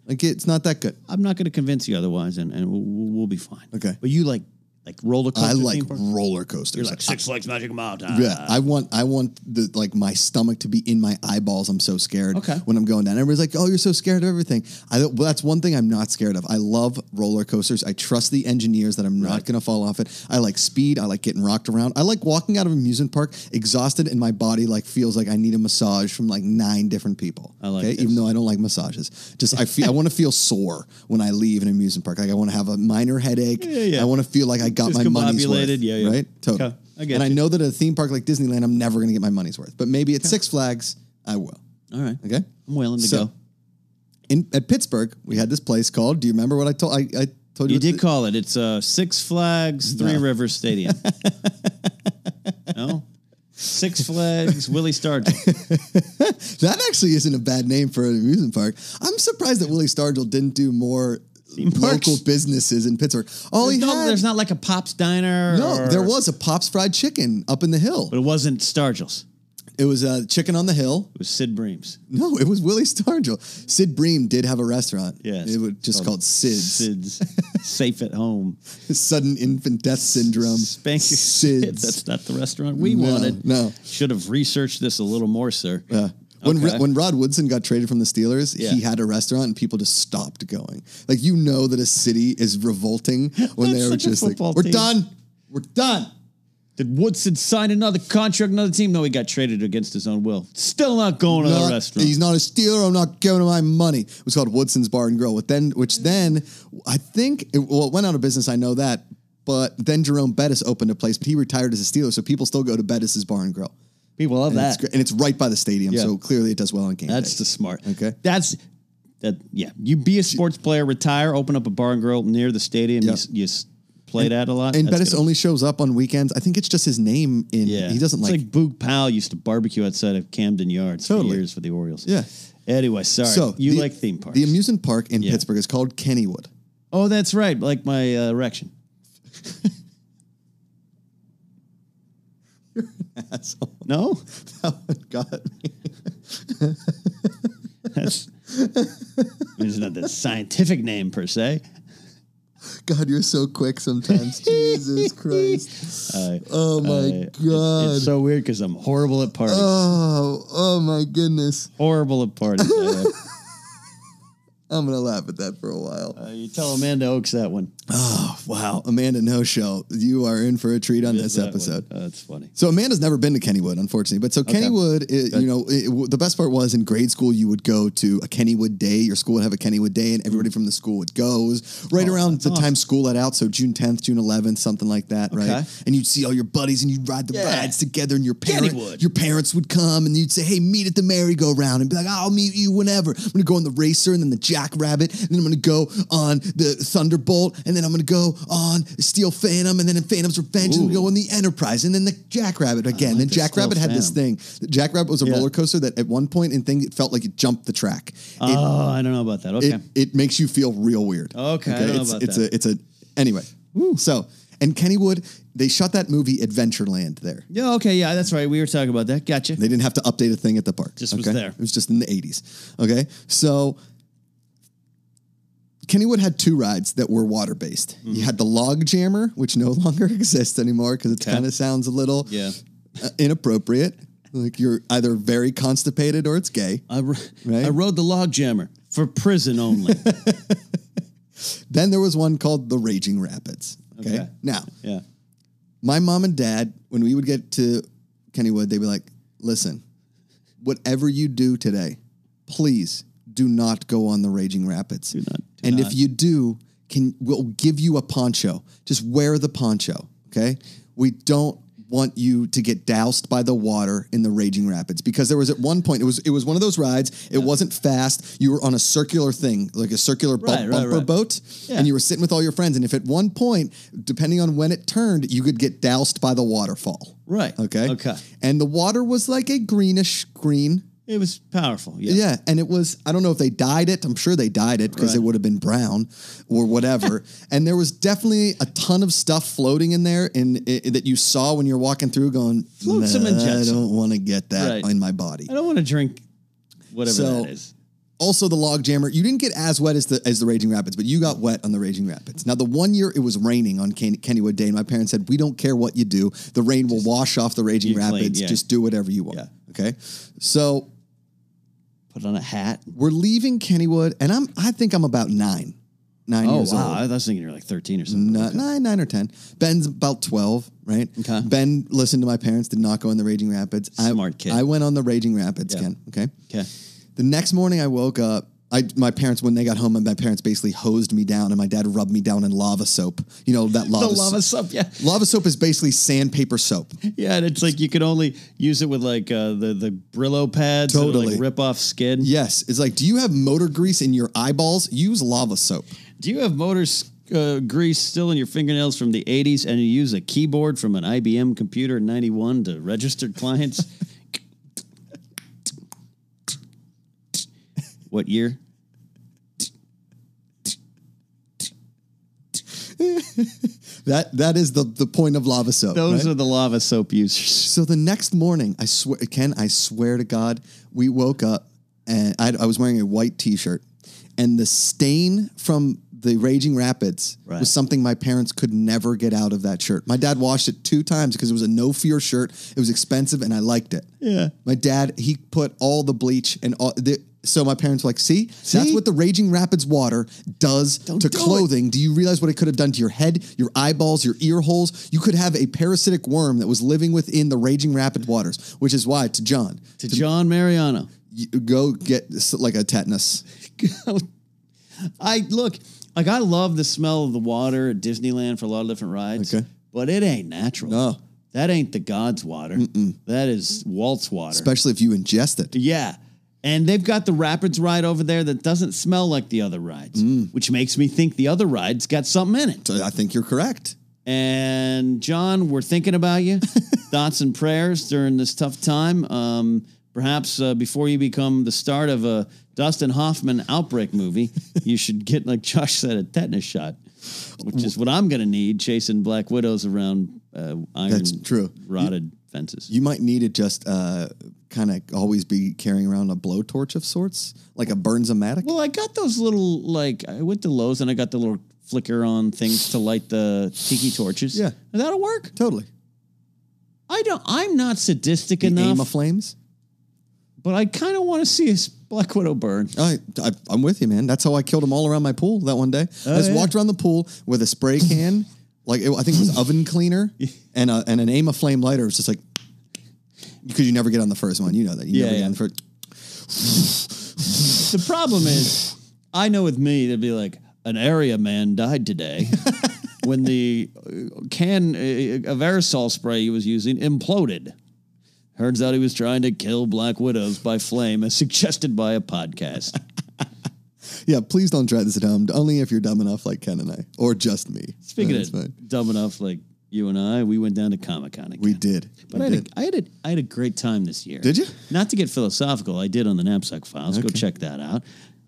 B: Like it's not that good.
A: I'm not going to convince you otherwise, and, and we'll, we'll we'll be fine.
B: Okay.
A: But you like like roller coaster.
B: I like
A: theme park?
B: roller coasters.
A: You're like Six Flags Magic Mountain.
B: yeah, I want I want the like my stomach to be in my eyeballs. I'm so scared
A: Okay.
B: when I'm going down. Everybody's like, "Oh, you're so scared of everything." I don't- well, that's one thing I'm not scared of. I love roller coasters. I trust the engineers that I'm not going to fall off it. I like speed. I like getting rocked around. I like walking out of an amusement park exhausted and my body like feels like I need a massage from like nine different people.
A: I like this.
B: even though I don't like massages. Just I feel I want to feel sore when I leave an amusement park. Like I want to have a minor headache.
A: yeah.
B: I want to feel like I got
A: Just
B: my money's worth.
A: combobulated, yeah, yeah.
B: Right? Totally.
A: Okay, I get
B: and I
A: you.
B: know that at a theme park like Disneyland, I'm never going to get my money's worth. But maybe at Six Flags, I will.
A: All right.
B: Okay.
A: I'm willing to
B: So,
A: go.
B: In at Pittsburgh, we had this place called. Do you remember what I told? I, I told
A: You
B: you. what
A: did
B: the-
A: call it. It's uh, Six Flags Three
B: No.
A: Rivers
B: [LAUGHS]
A: Stadium. no. Six Flags Willie
B: [LAUGHS]
A: Stargell.
B: that actually isn't a bad name for an amusement park. I'm surprised that Willie Stargell didn't do more
A: parks.
B: local businesses in Pittsburgh. All
A: There's,
B: he
A: no,
B: had.
A: there's not like a Pops Diner.
B: no,
A: or-
B: there was a Pop's Fried Chicken up in the hill.
A: but it wasn't Stargell's.
B: It was a chicken on the hill.
A: It was Sid Bream's.
B: No, it was Willie Stargell. Sid Bream did have a restaurant.
A: Yes.
B: It was just called Sid's. [LAUGHS]
A: Sid's Safe at Home.
B: sudden infant death syndrome.
A: Spank [LAUGHS] your Sid.
B: SIDS.
A: That's not the restaurant we
B: No,
A: wanted.
B: no.
A: Should have researched this a little more, sir.
B: Yeah. When,
A: Okay.
B: when Rod Woodson got traded from the Steelers,
A: Yeah.
B: he had a restaurant and people just stopped going. Like you know that a city is
A: [LAUGHS]
B: revolting when
A: That's
B: they are
A: such a
B: just like,
A: football
B: "We're
A: team.
B: done, we're done."
A: Did Woodson sign another contract, another team? No, he got traded against his own will. Still not going to
B: Not-
A: the restaurant.
B: He's not a Steeler. I'm not giving him my money. It was called Woodson's Bar and Grill. Which then, which then, I think, it, well, it went out of business. I know that, but then Jerome Bettis opened a place. He retired as a Steeler, so people still go to Bettis's Bar and Grill.
A: People love
B: And, it's,
A: that.
B: great- and it's right by the stadium,
A: Yeah.
B: so clearly it does well on game
A: That's
B: days.
A: the smart.
B: Okay.
A: That's that yeah, you be a sports player, retire, open up a bar and grill near the stadium. You
B: Yeah.
A: s You, s- play that a lot.
B: And
A: That's
B: Bettis
A: gonna-
B: only shows up on weekends. I think it's just his name in
A: yeah,
B: he doesn't
A: It's
B: like,
A: like Boog Powell used to barbecue outside of Camden Yards
B: Totally.
A: for years for the Orioles.
B: Yeah.
A: Anyway, sorry.
B: so
A: you
B: the-
A: like theme parks.
B: The amusement park in
A: Yeah.
B: Pittsburgh is called [LAUGHS] Kennywood.
A: oh, that's right. Like my uh,
B: [LAUGHS]
A: erection.
B: Asshole.
A: No,
B: That one got me.
A: that's it's not the scientific name per se.
B: God, you're so quick [LAUGHS] sometimes. Jesus Christ.
A: Uh,
B: Oh
A: uh,
B: my
A: it's-
B: God.
A: it's so weird because I'm horrible at parties.
B: oh, oh my goodness.
A: horrible at
B: [LAUGHS]
A: parties. Uh, I am.
B: I'm gonna laugh at that for a while.
A: Uh, you tell Amanda Oaks that one.
B: Oh wow, Amanda No Show, you are in for a treat on this
A: That one.
B: episode.
A: Uh, that's funny.
B: So Amanda's never been to Kennywood, unfortunately. But so Kennywood, it, you know, it, w- the best part was in grade school you would go to a Kennywood day. Your school would have a Kennywood day, and
A: Mm-hmm.
B: everybody from the school would goes
A: Oh,
B: right around the time school let out, so June 10th, June 11th, something like that,
A: Okay.
B: right? And you'd see all your buddies, and you'd ride the
A: Yeah.
B: rides together, and your parents,
A: Kennywood.
B: your parents would come, and you'd say, "Hey, meet at the merry-go-round," and be like, "I'll meet you whenever." I'm gonna go on the racer, and then the jackrabbit, and then I'm gonna go on the Thunderbolt, and then I'm gonna go on Steel Phantom, and then in Phantom's Revenge, and we
A: Ooh.
B: go on the Enterprise, and then the Jackrabbit again. And
A: like the
B: then
A: Steel
B: Jackrabbit had this thing.
A: Phantom.
B: Jackrabbit was a
A: Yeah.
B: roller coaster that at one point in thing it felt like it jumped the track. It,
A: oh, I don't know about that. Okay.
B: it, it makes you feel real weird.
A: Okay, I don't know
B: it's
A: about
B: it's
A: that.
B: a it's a anyway. So and Kennywood, they shot that movie Adventureland there.
A: yeah. Okay. Yeah. That's right. We were talking about that. Gotcha.
B: They didn't have to update a thing at the park.
A: Just was
B: okay?
A: there.
B: It was just in the 80s. Okay. So Kennywood had two rides that were water based.
A: Mm-hmm.
B: You had the log jammer, which no [LAUGHS] longer exists anymore because it
A: Okay.
B: kind of sounds a little
A: Yeah.
B: uh, inappropriate. Like you're either very constipated or it's gay.
A: I, ro-
B: Right?
A: I rode the log jammer for prison only.
B: [LAUGHS] Then there was one called the Raging Rapids. Okay.
A: Okay.
B: Now,
A: yeah.
B: my mom and dad, when we would get to Kennywood, they'd be like, listen, whatever you do today, please do not go on the Raging Rapids. Do
A: not- do
B: and if
A: not.
B: you do, can we'll give you a poncho. Just wear the poncho. Okay. We don't want you to get doused by the water in the raging rapids because there was at one point it was it was one of those rides it wasn't fast you were on a circular thing like a circular bump,
A: Right, right,
B: bumper
A: right.
B: boat
A: Yeah.
B: and you were sitting with all your friends. And if at one point, depending on when it turned, you could get doused by the waterfall.
A: Right.
B: Okay.
A: Okay.
B: And the water was like a greenish green.
A: It was powerful. Yeah.
B: Yeah. And it was, I don't know if they dyed it. I'm sure they dyed it because
A: Right.
B: it would have been brown
A: [LAUGHS]
B: or whatever. and there was definitely a ton of stuff floating in there in, i that you saw when you're walking through going,
A: Float some
B: "Nah, I
A: injection."
B: don't want to get that
A: Right.
B: in my body.
A: I don't want to drink whatever
B: So-
A: that is.
B: also the log jammer you didn't get as wet as the as the raging rapids but you got wet on the raging rapids now the one year it was raining on Ken- kennywood day and my parents said we don't care what you do the rain will wash off the raging
A: you clean,
B: rapids
A: yeah.
B: just do whatever you want
A: Yeah.
B: okay so
A: Put on a hat.
B: we're leaving kennywood and i'm i think i'm about nine nine
A: Oh
B: years
A: wow!
B: old
A: I was thinking you're like 13 or something.
B: Ni- nine, nine or ten. Ben's about twelve, right?
A: Okay.
B: Ben listened to my parents. Did not go in the Raging Rapids. I,
A: Smart kid.
B: I went on the Raging Rapids,
A: Yeah.
B: Ken. Okay.
A: Okay.
B: The next morning, I woke up. I, my parents, when they got home, my parents basically hosed me down, and my dad rubbed me down in lava soap. You know that lava.
A: lava soap, yeah.
B: Lava soap is basically sandpaper soap.
A: Yeah, and it's like you can only use it with like uh, the the Brillo pads. That
B: Totally.
A: like rip off skin.
B: Yes, it's like, do you have motor grease in your eyeballs? Use lava soap.
A: Do you have motor s- uh, grease still in your fingernails from the 80s and you use a keyboard from an IBM computer in 91 to register [LAUGHS] clients? what year?
B: That that is the the point of lava soap.
A: Those
B: right?
A: are the lava soap users.
B: So the next morning, I swear, Ken, I swear to God, we woke up and I, I was wearing a white T-shirt, and the stain from the raging rapids
A: Right.
B: was something my parents could never get out of that shirt. My dad washed it two times because it was a no fear shirt. It was expensive, and I liked it.
A: Yeah.
B: my dad he put all the bleach and all the. So my parents were like, see, that's
A: See?
B: what the Raging Rapids water does to
A: do it.
B: clothing. Do you realize what it could have done to your head, your eyeballs, your ear holes? You could have a parasitic worm that was living within the Raging Rapid waters, which is why to John,
A: To John Mariano.
B: you go get s- like a tetanus.
A: I look, like I love the smell of the water at Disneyland for a lot of different rides,
B: Okay.
A: but it ain't natural.
B: No.
A: That ain't the God's water. That is Walt's water.
B: Especially if you ingest it.
A: Yeah. And they've got the Rapids ride over there that doesn't smell like the other rides,
B: Mm.
A: which makes me think the other ride's got something in it.
B: So I think you're correct.
A: And John, we're thinking about
B: [LAUGHS]
A: you. Thoughts and prayers during this tough time. Um, perhaps uh, before you become the start of a Dustin Hoffman outbreak
B: [LAUGHS]
A: movie, you should get, like Josh said, a tetanus shot, which is what I'm going to need chasing black widows around uh, iron
B: That's true.
A: rotted fences.
B: You might need to just uh, kind of always be carrying around a blowtorch of sorts, like a Burns-O-Matic.
A: Well, I got those little like I went to Lowe's and I got the little flicker on things to light the tiki torches.
B: Yeah.
A: And that'll work.
B: totally.
A: I don't. I'm not sadistic
B: The aim
A: enough,
B: of flames.
A: but I kind of want to see a s- Black Widow burn.
B: I, Oh, I, I'm with you, man. That's how I killed them all around my pool that one day. I just
A: Oh, yeah.
B: walked around the pool with a
A: [LAUGHS]
B: spray can, like it, I think it was oven cleaner, and a, and an aim of flame lighter. It was just like because you never get on the first one. You know that. You
A: Yeah,
B: never get
A: yeah.
B: on the first.
A: The problem is, I know with me, they'd be like, an area man died today when the uh, can uh, of aerosol spray he was using imploded. Turns out he was trying to kill Black Widows by flame, as suggested by a podcast.
B: Yeah, please don't try this at home. Only if you're dumb enough, like Ken and I, or just me.
A: Speaking
B: That's
A: of
B: fine.
A: dumb enough, like you and I, we went down to Comic Con again.
B: we did.
A: But
B: we
A: I had,
B: did.
A: a, I, had a, I had a great time this year.
B: Did you?
A: Not to get philosophical, I did on the Knapsack Files. Go check that out.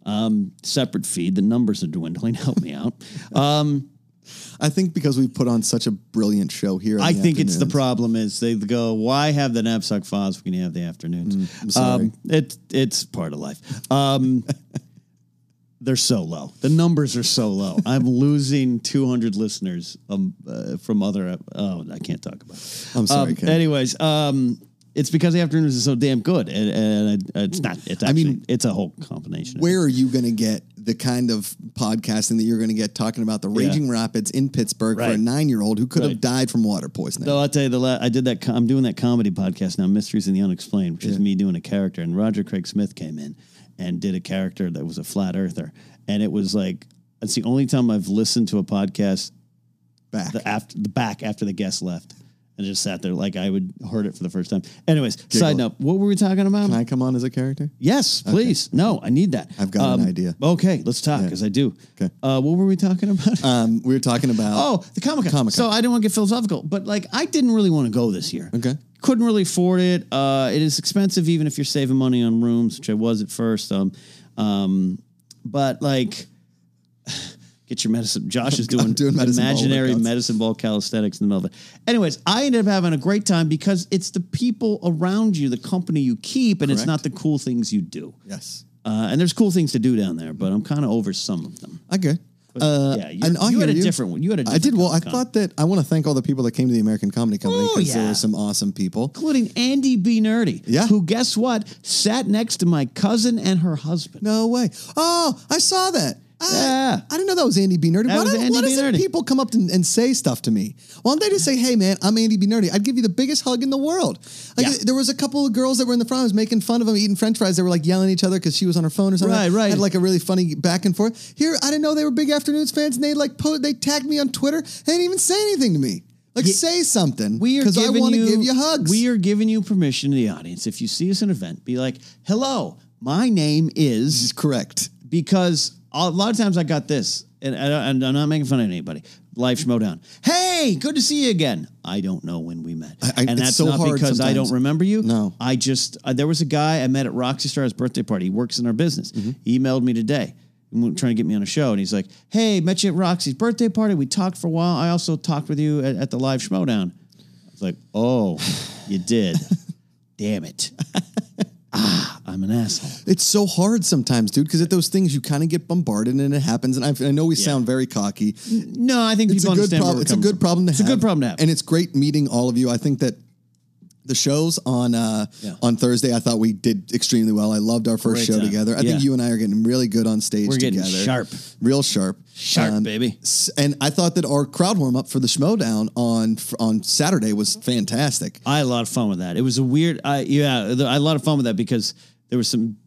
A: Um, separate feed. The numbers are dwindling. [LAUGHS] Help me
B: [LAUGHS]
A: out. Um,
B: I think because we put on such a brilliant show here. in
A: I think it's the
B: afternoons.
A: problem is they go, why have the Knapsack Files? We can have the afternoons.
B: Mm, sorry.
A: Um, it, it's part of life. Um, [LAUGHS] they're so low. The numbers are so low. I'm losing 200 listeners um, uh, from other. Oh, I can't talk about it.
B: I'm sorry,
A: Um,
B: Ken.
A: Anyways, um, it's because the afternoons is so damn good, and, and I- it's not. It's actually, I mean, it's a whole combination. of-
B: where are you going to get the kind of podcasting that you're going to get talking about the raging rapids in Pittsburgh for a
A: Right.
B: nine year old who could have
A: Right.
B: died from water poisoning?
A: Though I'll tell you, the la- I did that. co- I'm doing that comedy podcast now, Mysteries in the Unexplained, which is me doing a character. And Roger Craig Smith came in and did a character that was a flat earther, and it was like it's the only time I've listened to a podcast
B: Back.
A: the after the back after the guest left. And just sat there like I would heard it for the first time. Anyways, side note, what were we talking about?
B: Can I come on as a character?
A: Yes, please. No, I need that. Um,
B: I've got an idea.
A: Okay, let's talk because I do.
B: Okay.
A: Uh, what were we talking about?
B: Um, we were talking about.
A: oh, the Comic Con.
B: Comic-Con.
A: So I didn't want to get philosophical, but like I didn't really want to go this year.
B: Okay.
A: Couldn't really afford it. Uh, it is expensive, even if you're saving money on rooms, which I was at first. Um, um, but like, [SIGHS] get your medicine. Josh
B: [LAUGHS]
A: is doing,
B: doing medicine ball
A: imaginary
B: workouts.
A: medicine ball calisthenics in the middle of it. Anyways, I ended up having a great time because it's the people around you, the company you keep, and it's
B: Correct.
A: not the cool things you do.
B: yes.
A: Uh, and there's cool things to do down there, but I'm kind of over some of them.
B: Okay. Uh,
A: yeah, you-
B: and I
A: you had
B: hear
A: a different one. You had a
B: I did.
A: different
B: Well, I
A: Comic-Con.
B: thought that I want to thank all the people that came to the American Comedy Company
A: Oh,
B: because there
A: yeah.
B: were some awesome people.
A: Including Andy B. Nerdy,
B: Yeah.
A: who, guess what, sat next to my cousin and her husband.
B: No way. Oh, I saw that. I,
A: Yeah.
B: I didn't know that was Andy B. Nerdy.
A: That
B: why
A: was
B: do- why
A: Andy B.
B: doesn't
A: Nerdy.
B: people come up and, and say stuff to me? Why don't they just say, hey, man, I'm Andy B. Nerdy. I'd give you the biggest hug in the world. Like,
A: Yeah.
B: There was a couple of girls that were in the front. I was making fun of them eating french fries. They were like yelling at each other because she was on her phone or something.
A: Right, right.
B: Had like a really funny back and forth. Here, I didn't know they were big afternoons fans and they like po- they tagged me on Twitter. They didn't even say anything to me. Like, say something.
A: We are
B: Because I
A: giving
B: want to
A: you-
B: give you hugs.
A: We are giving you permission to the audience. If you see us in an event, be like, hello, my name is,
B: correct.
A: because a lot of times I got this, and, I don't- and I'm not making fun of anybody. Life Schmodown. Hey, good to see you again. I don't know when we met.
B: I-
A: and
B: it's
A: that's
B: so
A: not
B: hard
A: because I
B: sometimes.
A: don't remember you.
B: No.
A: I just, uh, there was a guy I met at Roxy Star's birthday party. He works in our business.
B: Mm-hmm.
A: He emailed me today m- trying to get me on a show. And he's like, hey, met you at Roxy's birthday party. We talked for a while. I also talked with you at, at the live Schmodown. I was like,
B: [SIGHS]
A: oh, you did. Damn
B: [LAUGHS]
A: it. ah, I'm an asshole.
B: It's so hard sometimes, dude, because at those things you kind of get bombarded and it happens. And I, I know we sound very cocky.
A: No, I think
B: It's
A: people
B: a good
A: understand where
B: problem.
A: we're
B: It's a
A: coming
B: good
A: from.
B: problem to
A: It's a
B: have.
A: good problem to have.
B: And it's great meeting all of you. I think that the shows on uh, on Thursday, I thought we did extremely well. I loved our
A: Great
B: first show
A: time.
B: together. I
A: Yeah.
B: think you and I are getting really good on stage.
A: We're getting
B: together.
A: sharp.
B: real sharp, Um,
A: Sharp, baby.
B: s- And I thought that our crowd warm up for the Schmodown on on Saturday was fantastic.
A: I had a lot of fun with that. It was a weird, I yeah, th- I had a lot of fun with that because there was some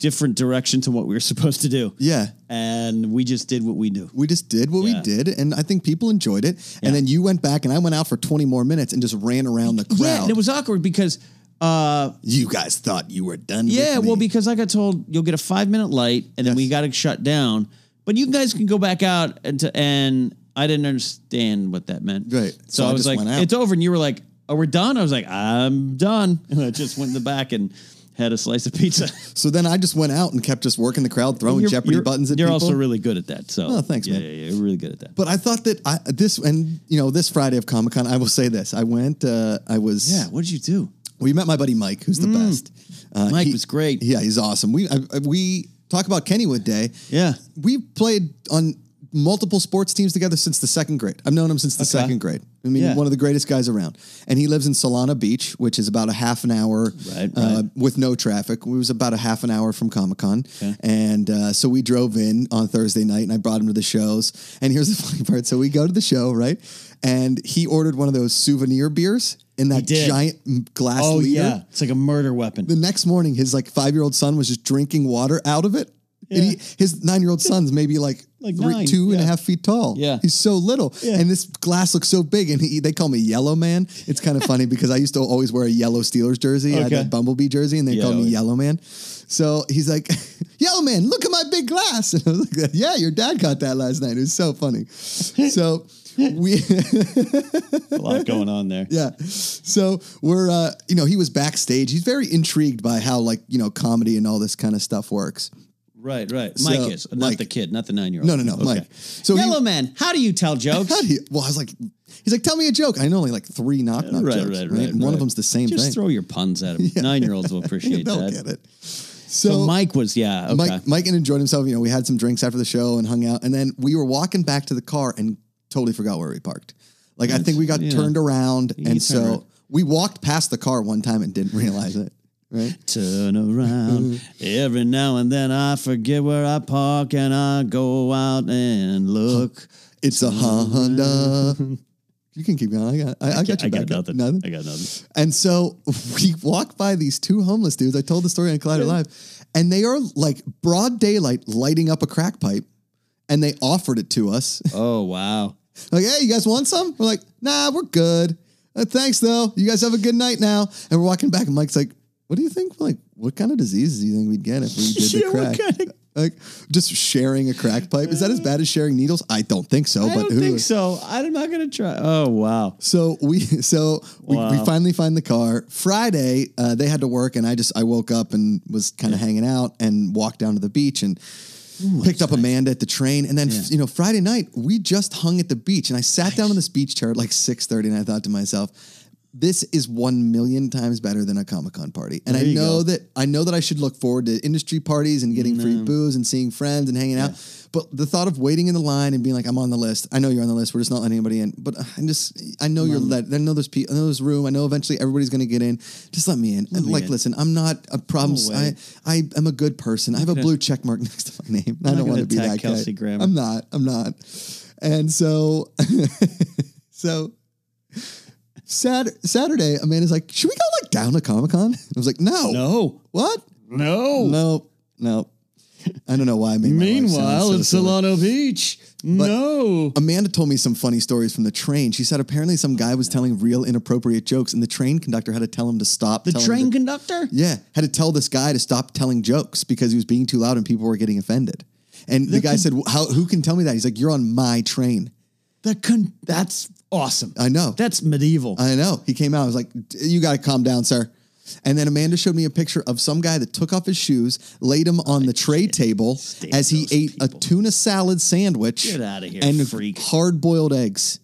A: different direction to what we were [LAUGHS] supposed to do.
B: Yeah.
A: and we just did what we do.
B: we just did what we
A: Yeah.
B: did, and I think people enjoyed it. And then you went back, and I went out for twenty more minutes and just ran around the crowd.
A: Yeah, and it was awkward because.
B: You guys thought you were done.
A: Yeah,
B: with
A: well,
B: me.
A: because I got told you'll get a five minute light, and then
B: Yes.
A: we got to shut down. But you guys can go back out, and to, and I didn't understand what that meant.
B: Right.
A: So,
B: So I
A: I, was
B: just
A: like,
B: went out.
A: "It's over," and you were like, "Oh, we're done." I was like, "I'm done." [LAUGHS] And I just went in the back and had a slice of pizza.
B: so then I just went out and kept just working the crowd, throwing
A: You're-
B: Oh, Jeopardy
A: you're-
B: buttons at
A: You're
B: people.
A: also really good at that. So,
B: Oh, thanks,
A: yeah,
B: man.
A: Yeah, yeah, you're really good at that.
B: But I thought that I this and you know this Friday of Comic Con, I will say this: I went. Uh, I was.
A: yeah, what did you do?
B: We met my buddy Mike, who's the best. Uh,
A: Mike was great.
B: Yeah, he's awesome. We I, I- we talk about Kennywood Day.
A: Yeah.
B: we played on multiple sports teams together since the second grade. I've known him since the second grade. I mean,
A: Yeah.
B: one of the greatest guys around. And he lives in Solana Beach, which is about a half an hour
A: Right,
B: Uh,
A: right.
B: with no traffic. It was about a half an hour from Comic Con. And uh, so we drove in on Thursday night and I brought him to the shows. And here's the [LAUGHS] funny part. So we go to the show, right? And he ordered one of those souvenir beers in that
A: did.
B: giant m- glass
A: Oh
B: liter.
A: yeah, it's like a murder weapon.
B: [LAUGHS] The next morning, his like five year old son was just drinking water out of it. And he, his nine year old son's maybe like,
A: Like
B: three-
A: nine,
B: two and a half
A: yeah.
B: feet tall.
A: Yeah.
B: He's so little.
A: Yeah.
B: And this glass looks so big. And he, they call me Yellow Man. It's
A: [LAUGHS]
B: kind of funny because I used to always wear a yellow Steelers jersey. I had
A: Okay.
B: that Bumblebee jersey and they called me
A: Yellow.
B: Yellow Man. So he's like, [LAUGHS] Yellow Man, look at my big glass. [LAUGHS] And I was like, Yeah, your dad got that last night. It was so
A: [LAUGHS]
B: funny. So we. [LAUGHS]
A: a lot going on there.
B: Yeah. So we're, uh, you know, he was backstage. He's very intrigued by how, like, you know, comedy and all this kind of stuff works.
A: Right, right. Mike
B: So,
A: is not
B: Mike-
A: the kid, not the nine year old.
B: No, no, no, Mike. So
A: So
B: he-
A: Yellow man, how do you tell
B: [LAUGHS]
A: jokes?
B: How do you, well, I was like, he's like, tell me a joke. I know only like three knock knock
A: right,
B: jokes.
A: right, right,
B: And One
A: right.
B: of them's the same
A: Just
B: thing.
A: throw your puns at him. Nine year olds will appreciate
B: [LAUGHS] They'll
A: that.
B: get it. So,
A: So, Mike was yeah okay.
B: Mike, Mike and enjoyed himself. You know, we had some drinks after the show and hung out. And then we were walking back to the car and totally forgot where we parked. Like, I think we got
A: yeah.
B: turned around.
A: can
B: And so
A: turn around.
B: we walked past the car one time and didn't realize it. Right?
A: Turn around
B: Mm-hmm.
A: every now and then. I forget where I park and I go out and look.
B: It's a Honda. You can keep going. I got, I, I got you
A: I got
B: back up.
A: nothing. I got nothing.
B: And so [LAUGHS] we walk by these two homeless dudes. I told the story on Collider Live, and they are like broad daylight lighting up a crack pipe, and they offered it to us. [LAUGHS]
A: Oh wow.
B: like, hey, you guys want some? We're like, nah, we're good. Uh, thanks though. You guys have a good night now. And we're walking back, and Mike's like, what do you think? Like, what kind of diseases do you think we'd get if we
A: [LAUGHS]
B: did
A: Yeah,
B: the
A: what
B: crack?
A: kind of- Uh,
B: like, just sharing a crack pipe is that as bad as sharing needles? I don't think so.
A: I
B: but
A: don't
B: who
A: think so. I'm not gonna try. Oh wow.
B: so we [LAUGHS] so we, we
A: Wow.
B: finally find the car. Friday, uh, they had to work, and I just I woke up and was kind of hanging out and walked down to the beach and picked up Amanda at the train. And then you know Friday night we just hung at the beach, and I sat down on this beach chair at like six thirty, and I thought to myself. This is one million times better than a Comic Con party, and I
A: you
B: know
A: go.
B: that I know that I should look forward to industry parties and getting free
A: Mm-hmm.
B: booze and seeing friends and hanging out. But the thought of waiting in the line and being like, "I'm on the list. I know you're on the list. We're just not letting anybody in." But I'm just, I know you're
A: Mm-hmm.
B: let. I know there's people. I know there's room. I know eventually everybody's going to get in. Just let me in. And like,
A: in.
B: listen, I'm not a problem.
A: No
B: I
A: way.
B: I am a good person. I have a blue check mark [LAUGHS] next to my name. I don't
A: gonna
B: want to be
A: attack
B: that
A: Kelsey
B: guy.
A: Grammer.
B: I'm not. I'm not. And so, [LAUGHS] so Sat- Saturday, Amanda's like, "Should we go like down to Comic Con?" I was like, "No,
A: No.
B: what?"
A: No.
B: Nope. Nope. I don't know why. I made my life sound
A: Meanwhile,
B: so
A: in
B: silly.
A: Solano Beach. no.
B: Amanda told me some funny stories from the train. She said apparently some guy was telling real inappropriate jokes, and the train conductor had to tell him to stop.
A: The
B: telling
A: train conductor.
B: yeah, had to tell this guy to stop telling jokes because he was being too loud and people were getting offended. And the guy said, "Wh- "How? Who can tell me that?" He's like, "You're on my train."
A: The con- that's awesome.
B: I know.
A: That's medieval.
B: I know. He came out. I was like, "D- "You got to calm down, sir." And then Amanda showed me a picture of some guy that took off his shoes, laid him on the tray table
A: stand
B: as he
A: those
B: ate a
A: people.
B: tuna salad sandwich.
A: Get outta here,
B: and
A: freak.
B: hard-boiled eggs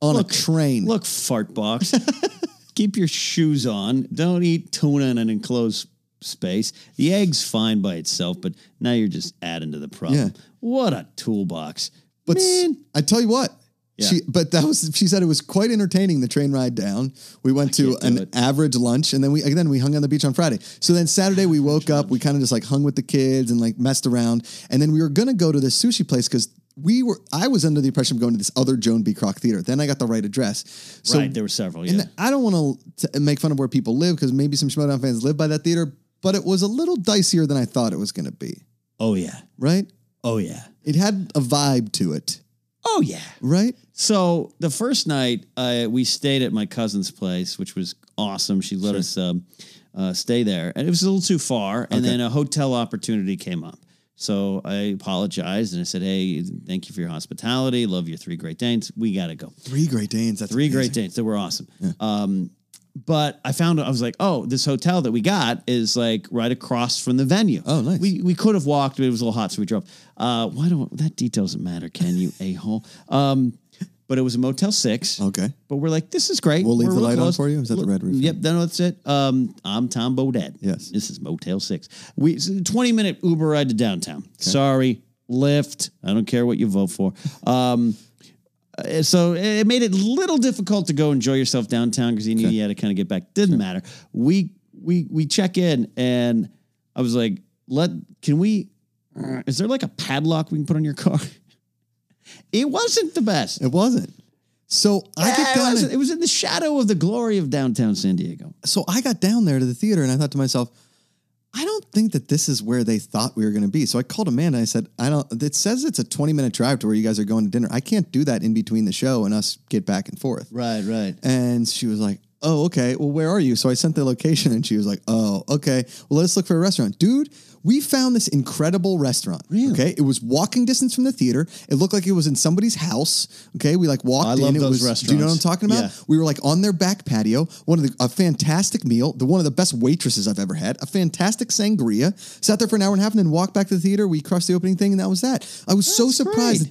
B: on
A: Look-
B: a train.
A: Look, fart box. [LAUGHS] Keep your shoes on. Don't eat tuna in an enclosed space. The egg's fine by itself, but now you're just adding to the problem.
B: Yeah.
A: What a toolbox.
B: But s-
A: Man,
B: I tell you what.
A: Yeah.
B: She, but that was she said it was quite entertaining the train ride down. We went to
A: can't do
B: an
A: it.
B: average lunch and then we again we hung on the beach on Friday. So then Saturday we woke up, we kind of just like hung with the kids and like messed around, and then we were gonna go to this sushi place because we were I was under the impression of going to this other Joan B. Crock theater. Then I got the right address. So
A: right, there were several. Yeah.
B: and I don't want to make fun of where people live because maybe some Schmodown fans live by that theater, but it was a little dicier than I thought it was gonna be.
A: oh, yeah.
B: Right?
A: Oh, yeah.
B: It had a vibe to it.
A: Oh yeah.
B: right?
A: So the first night uh, we stayed at my cousin's place, which was awesome. She let us um, uh, stay there, and it was a little too far. And then a hotel opportunity came up, so I apologized and I said, "Hey, thank you for your hospitality. Love your three Great Danes. We gotta go.
B: Three Great Danes. That's
A: Three
B: amazing.
A: Great Danes. They were awesome." Um, but I found I was like, oh, this hotel that we got is like right across from the venue.
B: Oh, nice.
A: We we could have walked, but it was a little hot, so we drove. Uh, why don't that detail doesn't matter? Can
B: [LAUGHS]
A: you a hole? Um, but it was a Motel Six.
B: Okay.
A: But we're like, this is great.
B: We'll leave
A: We're
B: the
A: real
B: light on
A: close.
B: for you? Is that the red roof?
A: Yep, no, that's it. Um, I'm Tom Bodette.
B: Yes.
A: This is Motel 6. We it's a 20 minute Uber ride to downtown. Sorry, Lyft. I don't care what you vote for. Um, uh, so it made it a little difficult to go enjoy yourself downtown because you knew you had to kind of get back. Didn't matter. We we we check in and I was like, let can we is there like a padlock we can put on your car? [LAUGHS] it wasn't the best.
B: It wasn't. So I
A: Yeah,
B: get
A: it,
B: down.
A: was,
B: and-
A: it was in the shadow of the glory of downtown San Diego.
B: so I got down there to the theater, and I thought to myself, I don't think that this is where they thought we were going to be. So I called Amanda. And I said, I don't. It says it's a twenty minute drive to where you guys are going to dinner. I can't do that in between the show and us get back and forth.
A: Right, right.
B: And she was like, Oh, okay. Well, where are you? So I sent the location and she was like, Oh, okay. Well, let's look for a restaurant. Dude, we found this incredible restaurant. Really? Okay. It was walking distance from the theater. It looked like it was in somebody's house. Okay. We like walked
A: I
B: in.
A: love
B: it
A: those
B: was, Do you know what I'm
A: restaurants.
B: talking about?
A: Yeah.
B: We were like on their back patio. One of the a fantastic meal, the one of the best waitresses I've ever had, a fantastic sangria. Sat there for an hour and a half and then walked back to the theater. We crushed the opening thing and that was that. I was so
A: That's
B: surprised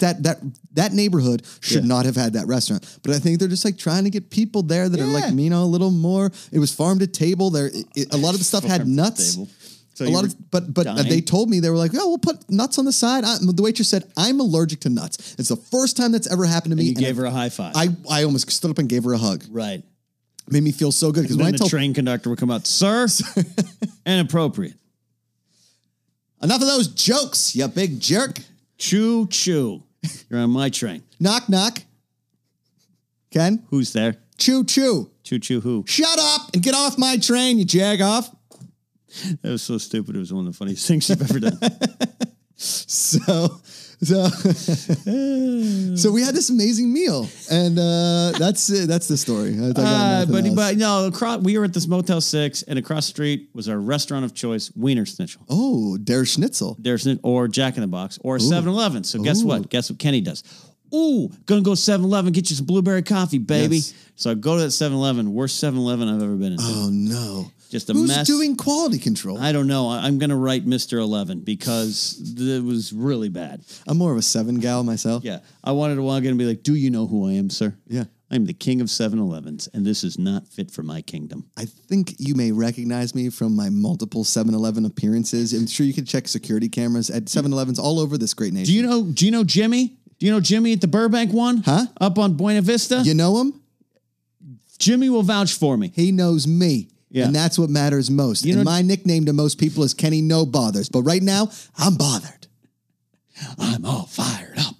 A: great.
B: that that that that neighborhood should
A: Yeah.
B: not have had that restaurant. But I think they're just like trying to get people there that are like
A: Yeah.
B: you know a little more. It was farm to table. There, it- it- a lot of the stuff had
A: Farm to
B: nuts.
A: table. So
B: a
A: you
B: lot
A: were
B: of, but but
A: dying?
B: they told me they were like, oh, we'll put nuts on the side. I, the waitress said, I'm allergic to nuts. It's the first time that's ever happened to me.
A: You
B: and
A: gave
B: I-
A: her a high five.
B: I, I almost stood up and gave her a hug.
A: right.
B: Made me feel so good because
A: Then
B: when
A: the
B: I told
A: train conductor would come out,
B: [LAUGHS]
A: sir, inappropriate.
B: enough of those jokes, you big jerk.
A: Choo choo. You're on my train.
B: Knock knock. Ken,
A: Who's there?
B: choo choo.
A: Choo choo who?
B: Shut up and get off my train, you jag off.
A: That was so stupid. It was one of the funniest [LAUGHS] things you've ever done.
B: [LAUGHS] So, so, [LAUGHS] so we had this amazing meal, and uh, that's it. That's the story. I, I got
A: Uh,
B: [LAUGHS] nothing
A: but,
B: else.
A: but no, across, we were at this Motel 6, and across the street was our restaurant of choice, Wiener Schnitzel.
B: oh, Der Schnitzel.
A: There's an, or Jack in the Box or 7 Eleven. So guess what? Guess what Kenny does? Ooh, gonna go 7 Eleven, get you some blueberry coffee, baby.
B: Yes.
A: So I go to that 7 Eleven, worst 7 Eleven I've ever been in.
B: Oh no!
A: Just a
B: Who's
A: mess.
B: doing quality control? I,
A: I don't know. I- I'm gonna write Mr. Eleven because th- it was really bad.
B: am more of a seven gal myself.
A: Yeah. I wanted to walk in and be like, Do you know who I am, sir?
B: Yeah.
A: I'm the king of 7 Elevens, and this is not fit for my kingdom.
B: I think you may recognize me from my multiple 7-Eleven appearances. I'm sure you can check security cameras at 7-Elevens all over this great nation.
A: Do you know do you know Jimmy? Do you know Jimmy at the Burbank one?
B: Huh?
A: Up on Buena Vista?
B: You know him?
A: Jimmy will vouch for me.
B: He knows me.
A: Yeah.
B: And that's what matters most.
A: You
B: and
A: know-
B: my nickname to most people is Kenny No Bothers. But right now, I'm bothered.
A: I'm all fired up.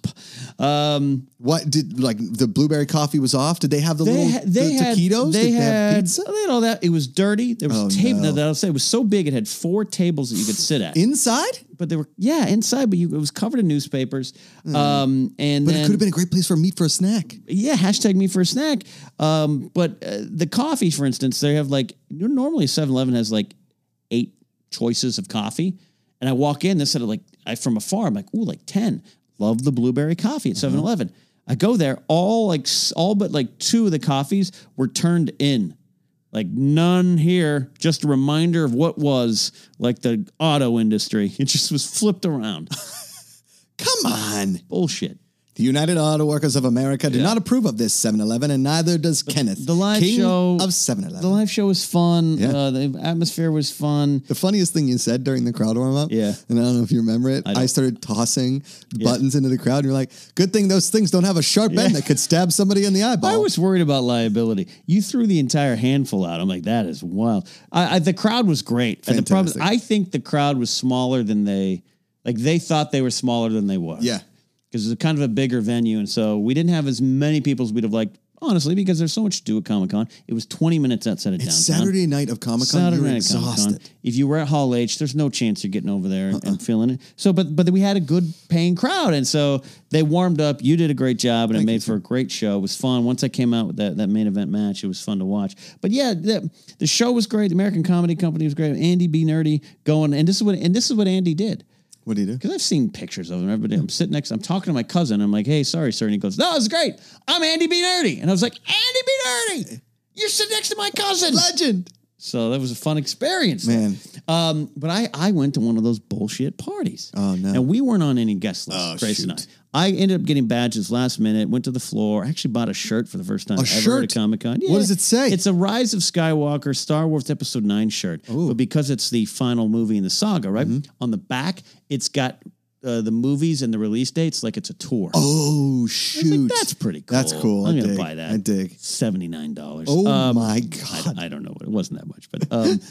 A: Um
B: What did like the blueberry coffee was off? Did they have the
A: They
B: little
A: had, they
B: the
A: had,
B: taquitos?
A: They
B: did
A: had,
B: they have pizza
A: they had all that. It was dirty. There was
B: Oh,
A: table.
B: no.
A: That I'll say it was so big it had four tables that you could sit at.
B: inside?
A: but they were yeah inside, but you it was covered in newspapers. Um, and
B: Mm. But
A: then,
B: it could have been a great place for a meet for a snack.
A: yeah, hashtag me for a snack. Um, but uh, the coffee, for instance, they have like you know, normally 7-Eleven has like eight choices of coffee, and I walk in, they said like I from afar, I'm like ooh like ten. Love the blueberry coffee
B: Mm-hmm.
A: at 7-Eleven. I go there, all like s- all but like two of the coffees were turned in. Like none here, just a reminder of what was like the auto industry. [LAUGHS] It just was flipped around.
B: Come on.
A: Bullshit.
B: The United Auto Workers of America do not approve of this 7-Eleven, and neither does Kenneth,
A: the live
B: King
A: show-
B: of 7-Eleven.
A: The live show was fun.
B: Yeah.
A: Uh, the atmosphere was fun.
B: The funniest thing you said during the crowd warm up,
A: Yeah.
B: and I don't know if you remember it. I,
A: don't.
B: started tossing buttons into the crowd, and you're like, "Good thing those things don't have a sharp end that could stab
A: [LAUGHS]
B: somebody in the eyeball."
A: I was worried about liability. You threw the entire handful out. I'm like, that is wild. I, I, the crowd was great. And the problem is, I
B: Fantastic.
A: think the crowd was smaller than they, like they thought they were smaller than they were.
B: yeah,
A: Because it was kind of a bigger venue. And so we didn't have as many people as we'd have liked honestly, because there's so much to do at Comic Con. It was 20 minutes outside of
B: It's
A: downtown.
B: Saturday night of Comic Con.
A: Saturday
B: You're
A: night at Comic-Con.
B: exhausted. Uh-uh.
A: If you were at Hall H, there's no chance you're getting over there and feeling it. So, but but we had a good paying crowd, and so they warmed up. You did a great job, and it made for a great show. It was fun. Once I came out with that that main event match, it was fun to watch. But yeah, the, the show was great. The American Comedy Company was great. Andy B. Nerdy going, and this is what and this is what Andy did.
B: What do you do?
A: Because I've seen pictures of him. Everybody, I'm sitting next. I'm talking to my cousin. I'm like, "Hey, sorry, sir," and he goes, "No, it's great. I'm Andy B. Nerdy," and I was like, "Andy B. Nerdy, you're sitting next to my cousin."
B: Legend.
A: So that was a fun experience,
B: Man.
A: Um, but I I went to one of those bullshit parties.
B: Oh, no.
A: And we weren't on any guest list.
B: Oh,
A: Grace and
B: shoot.
A: I. I ended up getting badges last minute. Went to the floor. I actually bought a shirt for the first time
B: A
A: ever
B: shirt?
A: at Comic Con.
B: What does it say?
A: It's a Rise of Skywalker Star Wars Episode Nine shirt. But because it's the final movie in the saga, right
B: Mm-hmm.
A: on the back, it's got. Uh, the movies and the release dates, like it's a tour.
B: Oh
A: I was like,
B: shoot.
A: that's pretty cool.
B: That's cool.
A: I'm
B: I
A: gonna
B: dig.
A: buy that.
B: I dig.
A: Seventy nine dollars. Um,
B: Oh my god.
A: I, I don't know. It wasn't that much, but
B: [LAUGHS]
A: um,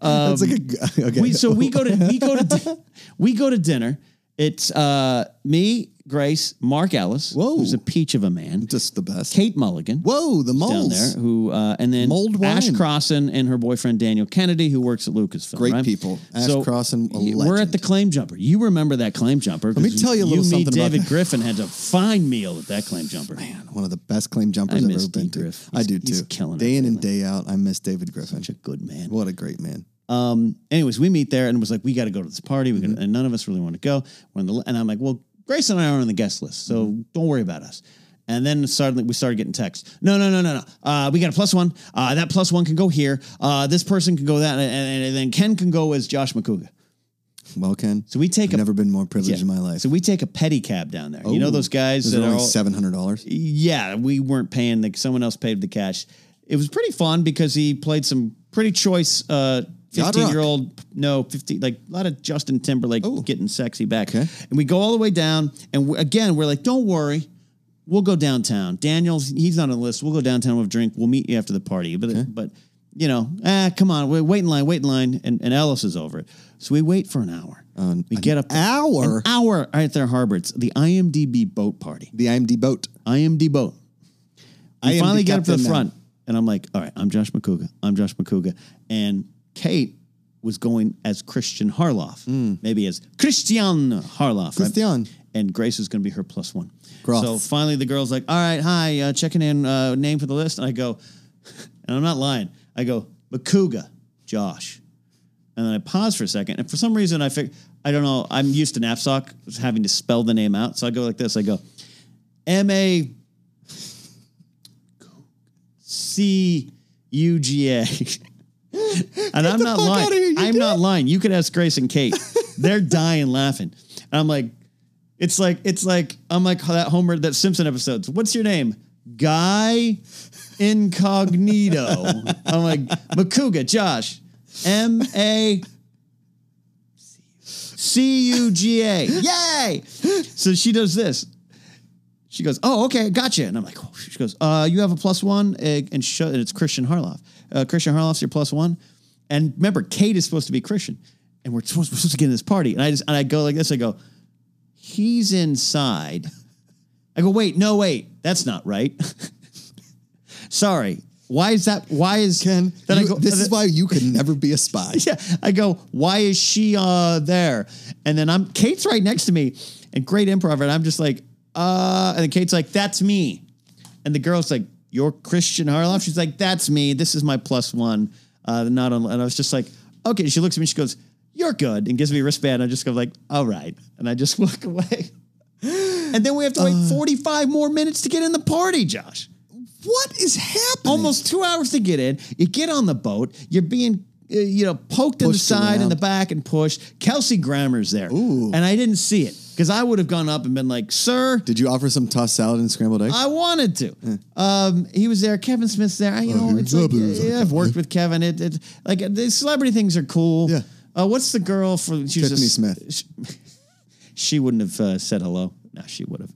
B: that's like a g- [LAUGHS] okay.
A: we so we go to we go to di- [LAUGHS] we go to dinner. It's uh, me, Grace, Mark Ellis,
B: Whoa.
A: who's a peach of a man,
B: just the best.
A: Kate Mulligan,
B: Whoa, the
A: down
B: moles.
A: there, who uh, and then
B: Mold
A: Ash
B: wine.
A: Crossan and her boyfriend Daniel Kennedy, who works at Lucasfilm.
B: Great
A: right?
B: people. Ash Crossan, a
A: y- we're at
B: legend.
A: the claim jumper. You remember that claim jumper? Let
B: me tell you a little something about
A: David
B: that.
A: Griffin had a fine meal at that claim jumper. Man,
B: One of the best claim
A: I
B: jumpers I've
A: miss
B: ever been
A: D.
B: to.
A: Griff.
B: I do
A: He's-
B: too.
A: he's killing
B: day
A: it
B: in and
A: lately.
B: day out. I miss David Griffin.
A: such a good man.
B: What a great man.
A: anyways, we meet there and was like, we got to go to this party. We
B: Mm-hmm.
A: gotta, and none of us really want to go. We're on the, and I'm like, well, Grace and I are on the guest list, so
B: Mm-hmm.
A: don't worry about us. And then suddenly we started getting texts. No, no, no, no, no. Uh, we got a plus one. Uh, that plus one can go here. Uh, this person can go that, and, and, and then Ken can go as Josh McCouga.
B: Well, Ken.
A: So we take
B: I've
A: a
B: never been more privileged
A: yeah.
B: in my life.
A: So we take a pedicab down there. you know
B: Ooh.
A: those guys
B: Those
A: that
B: are
A: are
B: only
A: all-
B: seven hundred dollars.
A: yeah, we weren't paying. The, someone else paid the cash. It was pretty fun because he played some pretty choice. Uh,
B: Yacht
A: Fifteen
B: rock.
A: year old, no, fifteen like a lot of Justin Timberlake getting sexy back.
B: Okay.
A: And we go all the way down, and we, again we're like, don't worry, we'll go downtown. Daniel's he's not on the list. We'll go downtown. We'll have a drink. We'll meet you after the party. But but you know, ah, come on, wait, wait in line, wait in line, and, and Ellis is over it. So we wait for an hour. we get up
B: hour?
A: an hour right there, Harbor. It's the IMDb boat party.
B: The IMD boat.
A: IMD boat. I
B: am
A: finally
B: the
A: get up to the
B: captain now.
A: front, and I'm like, all right, I'm Josh McCouga. I'm Josh McCouga. And Kate was going as Christian Harloff, maybe as Christian Harloff. right?
B: Hmm. Christian.
A: And Grace is going to be her plus one.
B: Groff.
A: So finally, the girl's like, all right, hi, uh, checking in, uh, name for the list. And I go, [LAUGHS] and I'm not lying. I go, McCouga, Josh. And then I paused for a second. And for some reason, I figured, I don't know, I'm used to Knapsack having to spell the name out. So I go like this I go, M A C U G A. And I'm not
B: fuck
A: lying.
B: outta here, you
A: I'm
B: did
A: not lying. You could ask Grace and Kate. They're dying laughing. And I'm like, it's like, it's like, I'm like that Homer, that Simpson episode. What's your name? Guy Incognito. I'm like, Makuga, Josh. M A C U G
B: [LAUGHS]
A: A. Yay! So she does this. She goes, "Oh, okay, gotcha." And I'm like, oh. "She goes, uh, you have a plus one, eh, and, sh- and it's Christian Harloff. Uh, Christian Harloff's your plus one, and remember, Kate is supposed to be Christian, and we're supposed, we're supposed to get in this party. And I just and I go like this. I go, he's inside. I go, wait, no, wait, that's not right. [LAUGHS] Sorry, why is that? Why is
B: Ken,
A: Then
B: you-
A: I go,
B: this
A: and
B: is
A: then-
B: why
A: [LAUGHS]
B: you could never be a spy.
A: yeah. I go, why is she uh there? And then I'm Kate's right next to me and great improv. And I'm just like, uh, and then Kate's like, that's me. And the girl's like, you're Christian Harloff. She's like, that's me. This is my plus one. Uh, not on, and I was just like, okay. She looks at me. She goes, you're good, and gives me a wristband. I just go like, all right, and I just [LAUGHS] walk away. And then we have to wait
B: Uh.
A: 45 more minutes to get in the party, Josh
B: What is happening?
A: almost two hours to get in. You get on the boat. You're being uh, you know poked in the
B: Pushed
A: side and
B: around.
A: the back and pushed. Kelsey Grammer's there, and I didn't see it because I would have gone up and been like, "Sir."
B: Did you offer some tossed salad and scrambled eggs?
A: I wanted to. Um, he was there. Kevin Smith's there. I,
B: Oh,
A: you know, it's like,
B: Kevin.
A: yeah, I've worked with Kevin. It, it like the celebrity things are cool.
B: Yeah.
A: Uh, what's the girl for? She's
B: Tiffany
A: just-
B: Smith.
A: She, [LAUGHS] she wouldn't have uh, said hello. No, she would have.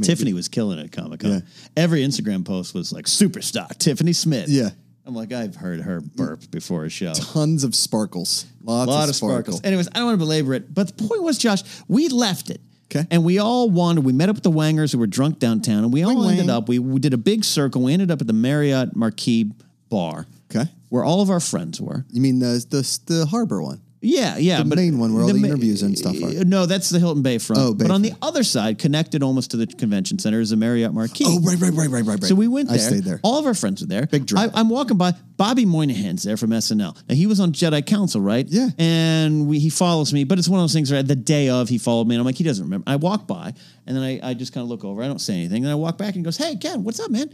A: Tiffany was killing it at Comic Con.
B: Yeah.
A: Every Instagram post was like superstar Tiffany Smith.
B: Yeah.
A: I'm like, I've heard her burp before a show.
B: Tons of sparkles. Lots
A: A lot
B: of
A: of
B: sparkles.
A: sparkles. Anyways, I don't want to belabor it, but the point was, Josh, we left it.
B: Okay.
A: And we all wandered. We met up with the Wangers who were drunk downtown, and we all
B: Wang,
A: ended
B: wang.
A: up. We, we did a big circle. We ended up at the Marriott Marquis Bar.
B: Okay.
A: Where all of our friends were.
B: You mean the the the harbor one?
A: Yeah, yeah.
B: The
A: but
B: main one where all the
A: ma-
B: interviews and stuff are.
A: No, that's the Hilton Bay front.
B: Oh,
A: but on the
B: Bayfront.
A: other side, connected almost to the convention center, is the Marriott Marquis.
B: Oh, right, right, right, right, right, right.
A: So we went there.
B: I stayed there.
A: All of our friends were there.
B: Big drink.
A: I, I'm walking by. Bobby Moynihan's there from SNL. Now he was on Jedi Council, right?
B: Yeah.
A: And we, he follows me, but it's one of those things where the day of he followed me, and I'm like, he doesn't remember. I walk by, and then I, I just kind of look over. I don't say anything. Then I walk back, and he goes, "Hey, Ken, what's up, man?"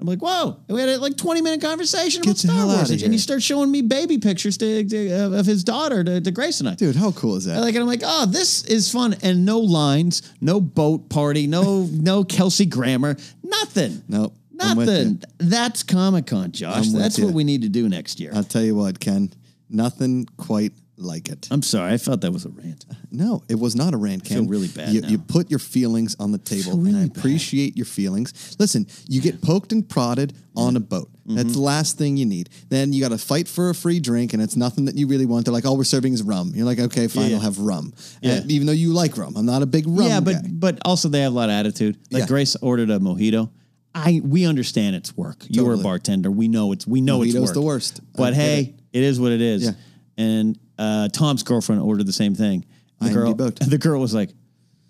A: I'm like, "Whoa!" And we had a like 20 minute conversation about
B: Get the
A: Star
B: hell
A: Wars,
B: outta
A: and,
B: here.
A: he starts showing me baby pictures to, to- of- of his daughter to, to Grace and I.
B: Dude, how cool is that?
A: I Like and I'm like, oh, this is fun, and no lines, no boat party, no [LAUGHS] no Kelsey Grammer, nothing.
B: Nope. I'm with
A: nothing. That's Comic Con, Josh.
B: I'm with
A: That's
B: you.
A: what we need to do next year.
B: I'll tell you what, Ken. Nothing quite like it.
A: I'm sorry, I felt that was a rant.
B: No, it was not a rant, Ken.
A: feel really bad
B: You,
A: now.
B: you put your feelings on the table, and I appreciate your feelings. Listen, you get poked and prodded on a boat.
A: Mm-hmm.
B: That's the last thing you need. Then you got to fight for a free drink, and it's nothing that you really want. They're like, "All we're serving is rum." You're like, "Okay, fine,
A: Yeah.
B: I'll have rum,"
A: Yeah.
B: And even though you like rum. I'm not a big rum.
A: yeah, but
B: guy.
A: but also they have a lot of attitude. Like
B: Yeah.
A: Grace ordered a mojito. I we understand it's work. You were a
B: Totally.
A: bartender. We know it's we know it's
B: Mojito's
A: work.
B: the worst.
A: But
B: I get
A: hey,
B: it.
A: it is what it is.
B: Yeah.
A: And uh, Tom's girlfriend ordered the same thing. The
B: I am
A: girl,
B: deboked.
A: [LAUGHS] the girl was like,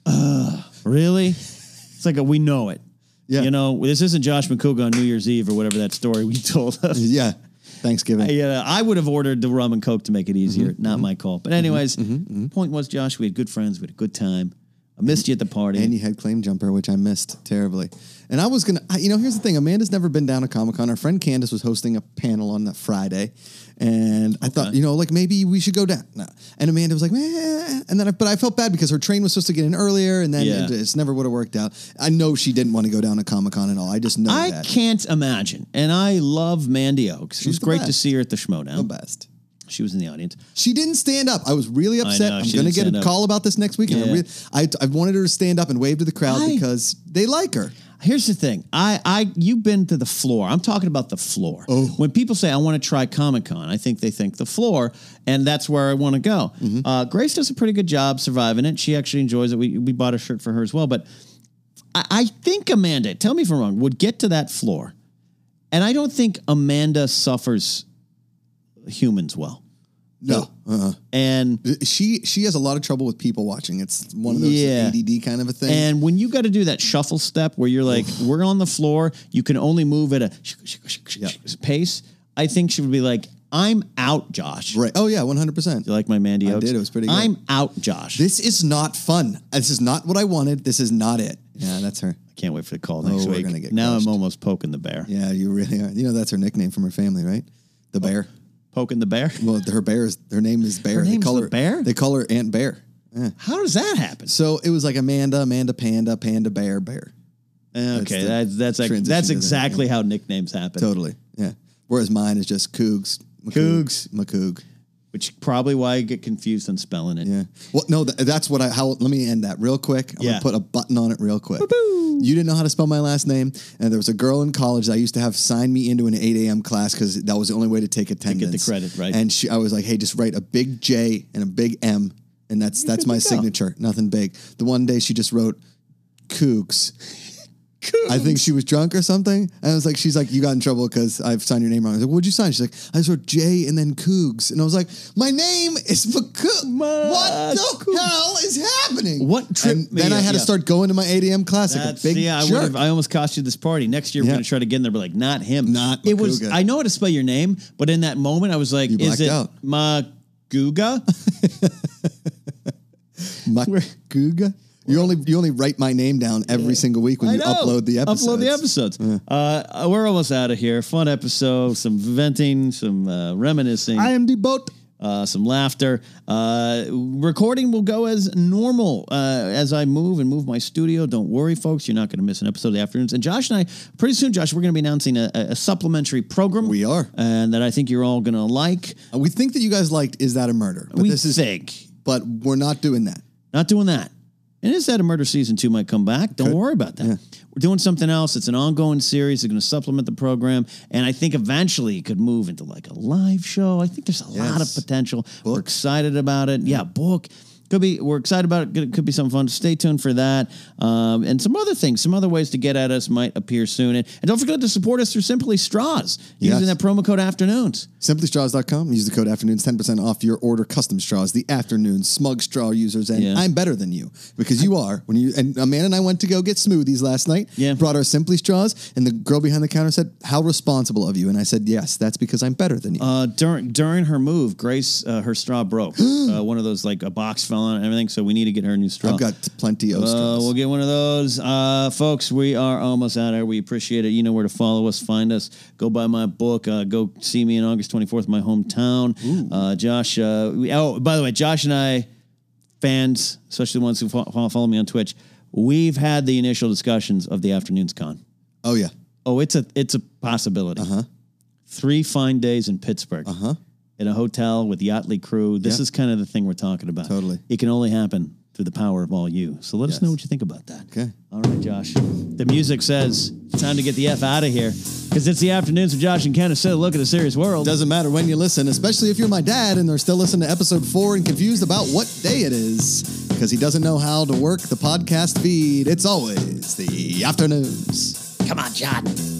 A: Ugh, "Really?" It's like a, we know it.
B: Yeah.
A: You know, this isn't Josh McCouga on New Year's Eve or whatever that story we [LAUGHS] told us.
B: yeah, Thanksgiving.
A: Yeah, I would have ordered the rum and coke to make
B: Mm-hmm,
A: it easier. Not my call. But anyways, point was, Josh, we had good friends. We had a good time. I missed you at the party.
B: And you had Claim Jumper, which I missed terribly. And I was gonna, I, you know, here's the thing: Amanda's never been down to Comic Con. Our friend Candace was hosting a panel on that Friday, and I thought, you know, like maybe we should go down. No. And Amanda was like, meh. and then, I, but I felt bad because her train was supposed to get in earlier, and then
A: Yeah.
B: it, it's never would have worked out. I know she didn't want to go down to Comic Con at all. I just know
A: I
B: that.
A: can't imagine. And I love Mandy Oaks. it was
B: the
A: great to
B: best.
A: see her at the
B: The
A: Schmodown.
B: best.
A: she was in the audience.
B: She didn't stand up. I was really upset.
A: know,
B: I'm
A: she
B: going to
A: didn't
B: get
A: stand
B: a
A: up.
B: call about this next week. And I,
A: Yeah.
B: re- I, I wanted her to stand up and wave to the crowd
A: I-
B: because they like her.
A: Here's the thing. I, I, you've been to the floor. I'm talking about the floor. When people say I want to try Comic Con, I think they think the floor, and that's where I want to go. Uh, Grace does a pretty good job surviving it. She actually enjoys it. We we bought a shirt for her as well. But I, I think Amanda, tell me if I'm wrong, would get to that floor, and I don't think Amanda suffers humans well.
B: No. Uh-uh.
A: And
B: she she has a lot of trouble with people watching. It's one of those
A: Yeah.
B: ADD kind of a thing.
A: And when you got to do that shuffle step where you're like, we're on the floor, you can only move at a sh- sh- sh- sh- sh- pace, I think she would be like, I'm out, Josh.
B: right? Oh yeah, one hundred percent.
A: You like my Mandy Oaks?
B: did. It was pretty good.
A: I'm out, Josh.
B: This is not fun. This is not what I wanted. This is not it. Yeah, that's her.
A: I can't wait for the call next
B: Oh, we're
A: week.
B: gonna get
A: now
B: crushed.
A: I'm almost poking the bear.
B: Yeah, you really are. You know that's her nickname from her family, right? The bear.
A: Poking the bear?
B: Well, her bear is her name is Bear.
A: Her
B: they
A: name's
B: call
A: the
B: her
A: Bear?
B: They call her Aunt Bear. Yeah.
A: How does that happen?
B: So it was like Amanda, Amanda Panda, Panda Bear, Bear.
A: Okay,
B: the
A: that's that's, ex-
B: transition
A: that's
B: to the-
A: exactly how nicknames happen,
B: Totally. Yeah. Whereas mine is just Cougs.
A: Cougs.
B: McCoog.
A: which probably why I get confused on spelling it.
B: Yeah. Well, no, th- that's what I. How? Let me end that real quick. I'm
A: Yeah.
B: gonna put a button on it real quick. You didn't know how to spell my last name, and there was a girl in college that I used to have sign me into an 8 a.m. class because that was the only way to take attendance.
A: credit, right.
B: And she, I was like, hey, just write a big J and a big M, and that's that's my signature. Nothing big. The one day she just wrote Cougs. I
A: [LAUGHS]
B: think she was drunk or something. And I was like, she's like, you got in trouble because I've signed your name wrong. I was like, what'd you sign? She's like, I just wrote J and then Cougs. And I was like, my name is McCoog. What the hell is happening?
A: What tripped
B: And
A: me
B: then I
A: up-
B: had to
A: yeah.
B: start going to my 8 a.m. class like a
A: That's-
B: big
A: yeah, I
B: jerk.
A: would have. I almost cost you this party. Next year, we're
B: Yeah.
A: gonna try to get in there, but like, not him.
B: Not
A: It was.
B: Macuga.
A: I know how to spell your name, but in that moment, I was like,
B: You
A: "Is
B: blacked
A: it
B: out. [LAUGHS]
A: Maguga?"
B: McCoog. You only you only write my name down every single week when
A: I
B: you
A: know.
B: upload the episodes.
A: Upload the episodes. Uh, we're almost out of here. Fun episode. Some venting. Some uh, reminiscing.
B: I am the boat.
A: uh, some laughter. Uh, recording will go as normal uh, as I move and move my studio. Don't worry, folks. You're not going to miss an episode of the afternoons. And Josh and I, pretty soon, Josh, we're going to be announcing a, a supplementary program.
B: We are.
A: And that I think you're all going to like.
B: We think that you guys liked Is That a Murder? But
A: we
B: this is
A: think.
B: but we're not doing that.
A: Not doing that. And is that a murder season two might come back? Don't worry about that. We're doing something else. It's an ongoing series. It's going to supplement the program, and I think eventually it could move into like a live show. I think there's a lot of
B: Yes.
A: potential. We're
B: Book. Mm-hmm.
A: excited about it. Yeah, book. could be we're excited about it. Could- Could be some fun. Stay tuned for that, um, and some other things. Some other ways to get at us might appear soon. And, and don't forget to support us through Simply Straws using
B: Yes.
A: that promo code Afternoons.
B: SimplyStraws.com. Use the code afternoons, 10% off your order. Custom straws, the afternoon, smug straw users, and
A: Yeah.
B: I'm better than you because you are. When you and a man and I went to go get smoothies last night.
A: Yeah.
B: Brought our Simply Straws, and the girl behind the counter said, "How responsible of you!" And I said, "Yes, that's because I'm better than you."
A: Uh, during during her move, Grace uh, her straw
B: [GASPS]
A: broke. uh, one of those like a box fell on and everything. So we need to get her a new straw.
B: I've got plenty of
A: Uh,
B: straws.
A: we'll get one of those. Uh, folks, we are almost out of here. We appreciate it. You know where to follow us, find us, go buy my book, uh, go see me on August 24th, my hometown. Uh, Josh, uh, we, oh, by the way, Josh and I, fans, especially the ones who fo- fo- follow me on Twitch, we've had the initial discussions of the afternoon's con.
B: oh yeah,
A: Oh, it's a it's a possibility.
B: Uh-huh.
A: Uh huh. Three fine days in Pittsburgh. Uh huh. In a hotel with Yachtly crew. This
B: Yeah.
A: is kind of the thing we're talking about.
B: Totally.
A: It can only happen through the power of all you. So let us know what you think about that.
B: Okay.
A: All right, Josh. The music says it's time to get the F out of here because it's the afternoons of Josh and Ken instead of look at a serious world.
B: doesn't matter when you listen, especially if you're my dad and they're still listening to episode four and confused about what day it is because he doesn't know how to work the podcast feed. It's always the afternoons.
C: Come on, John.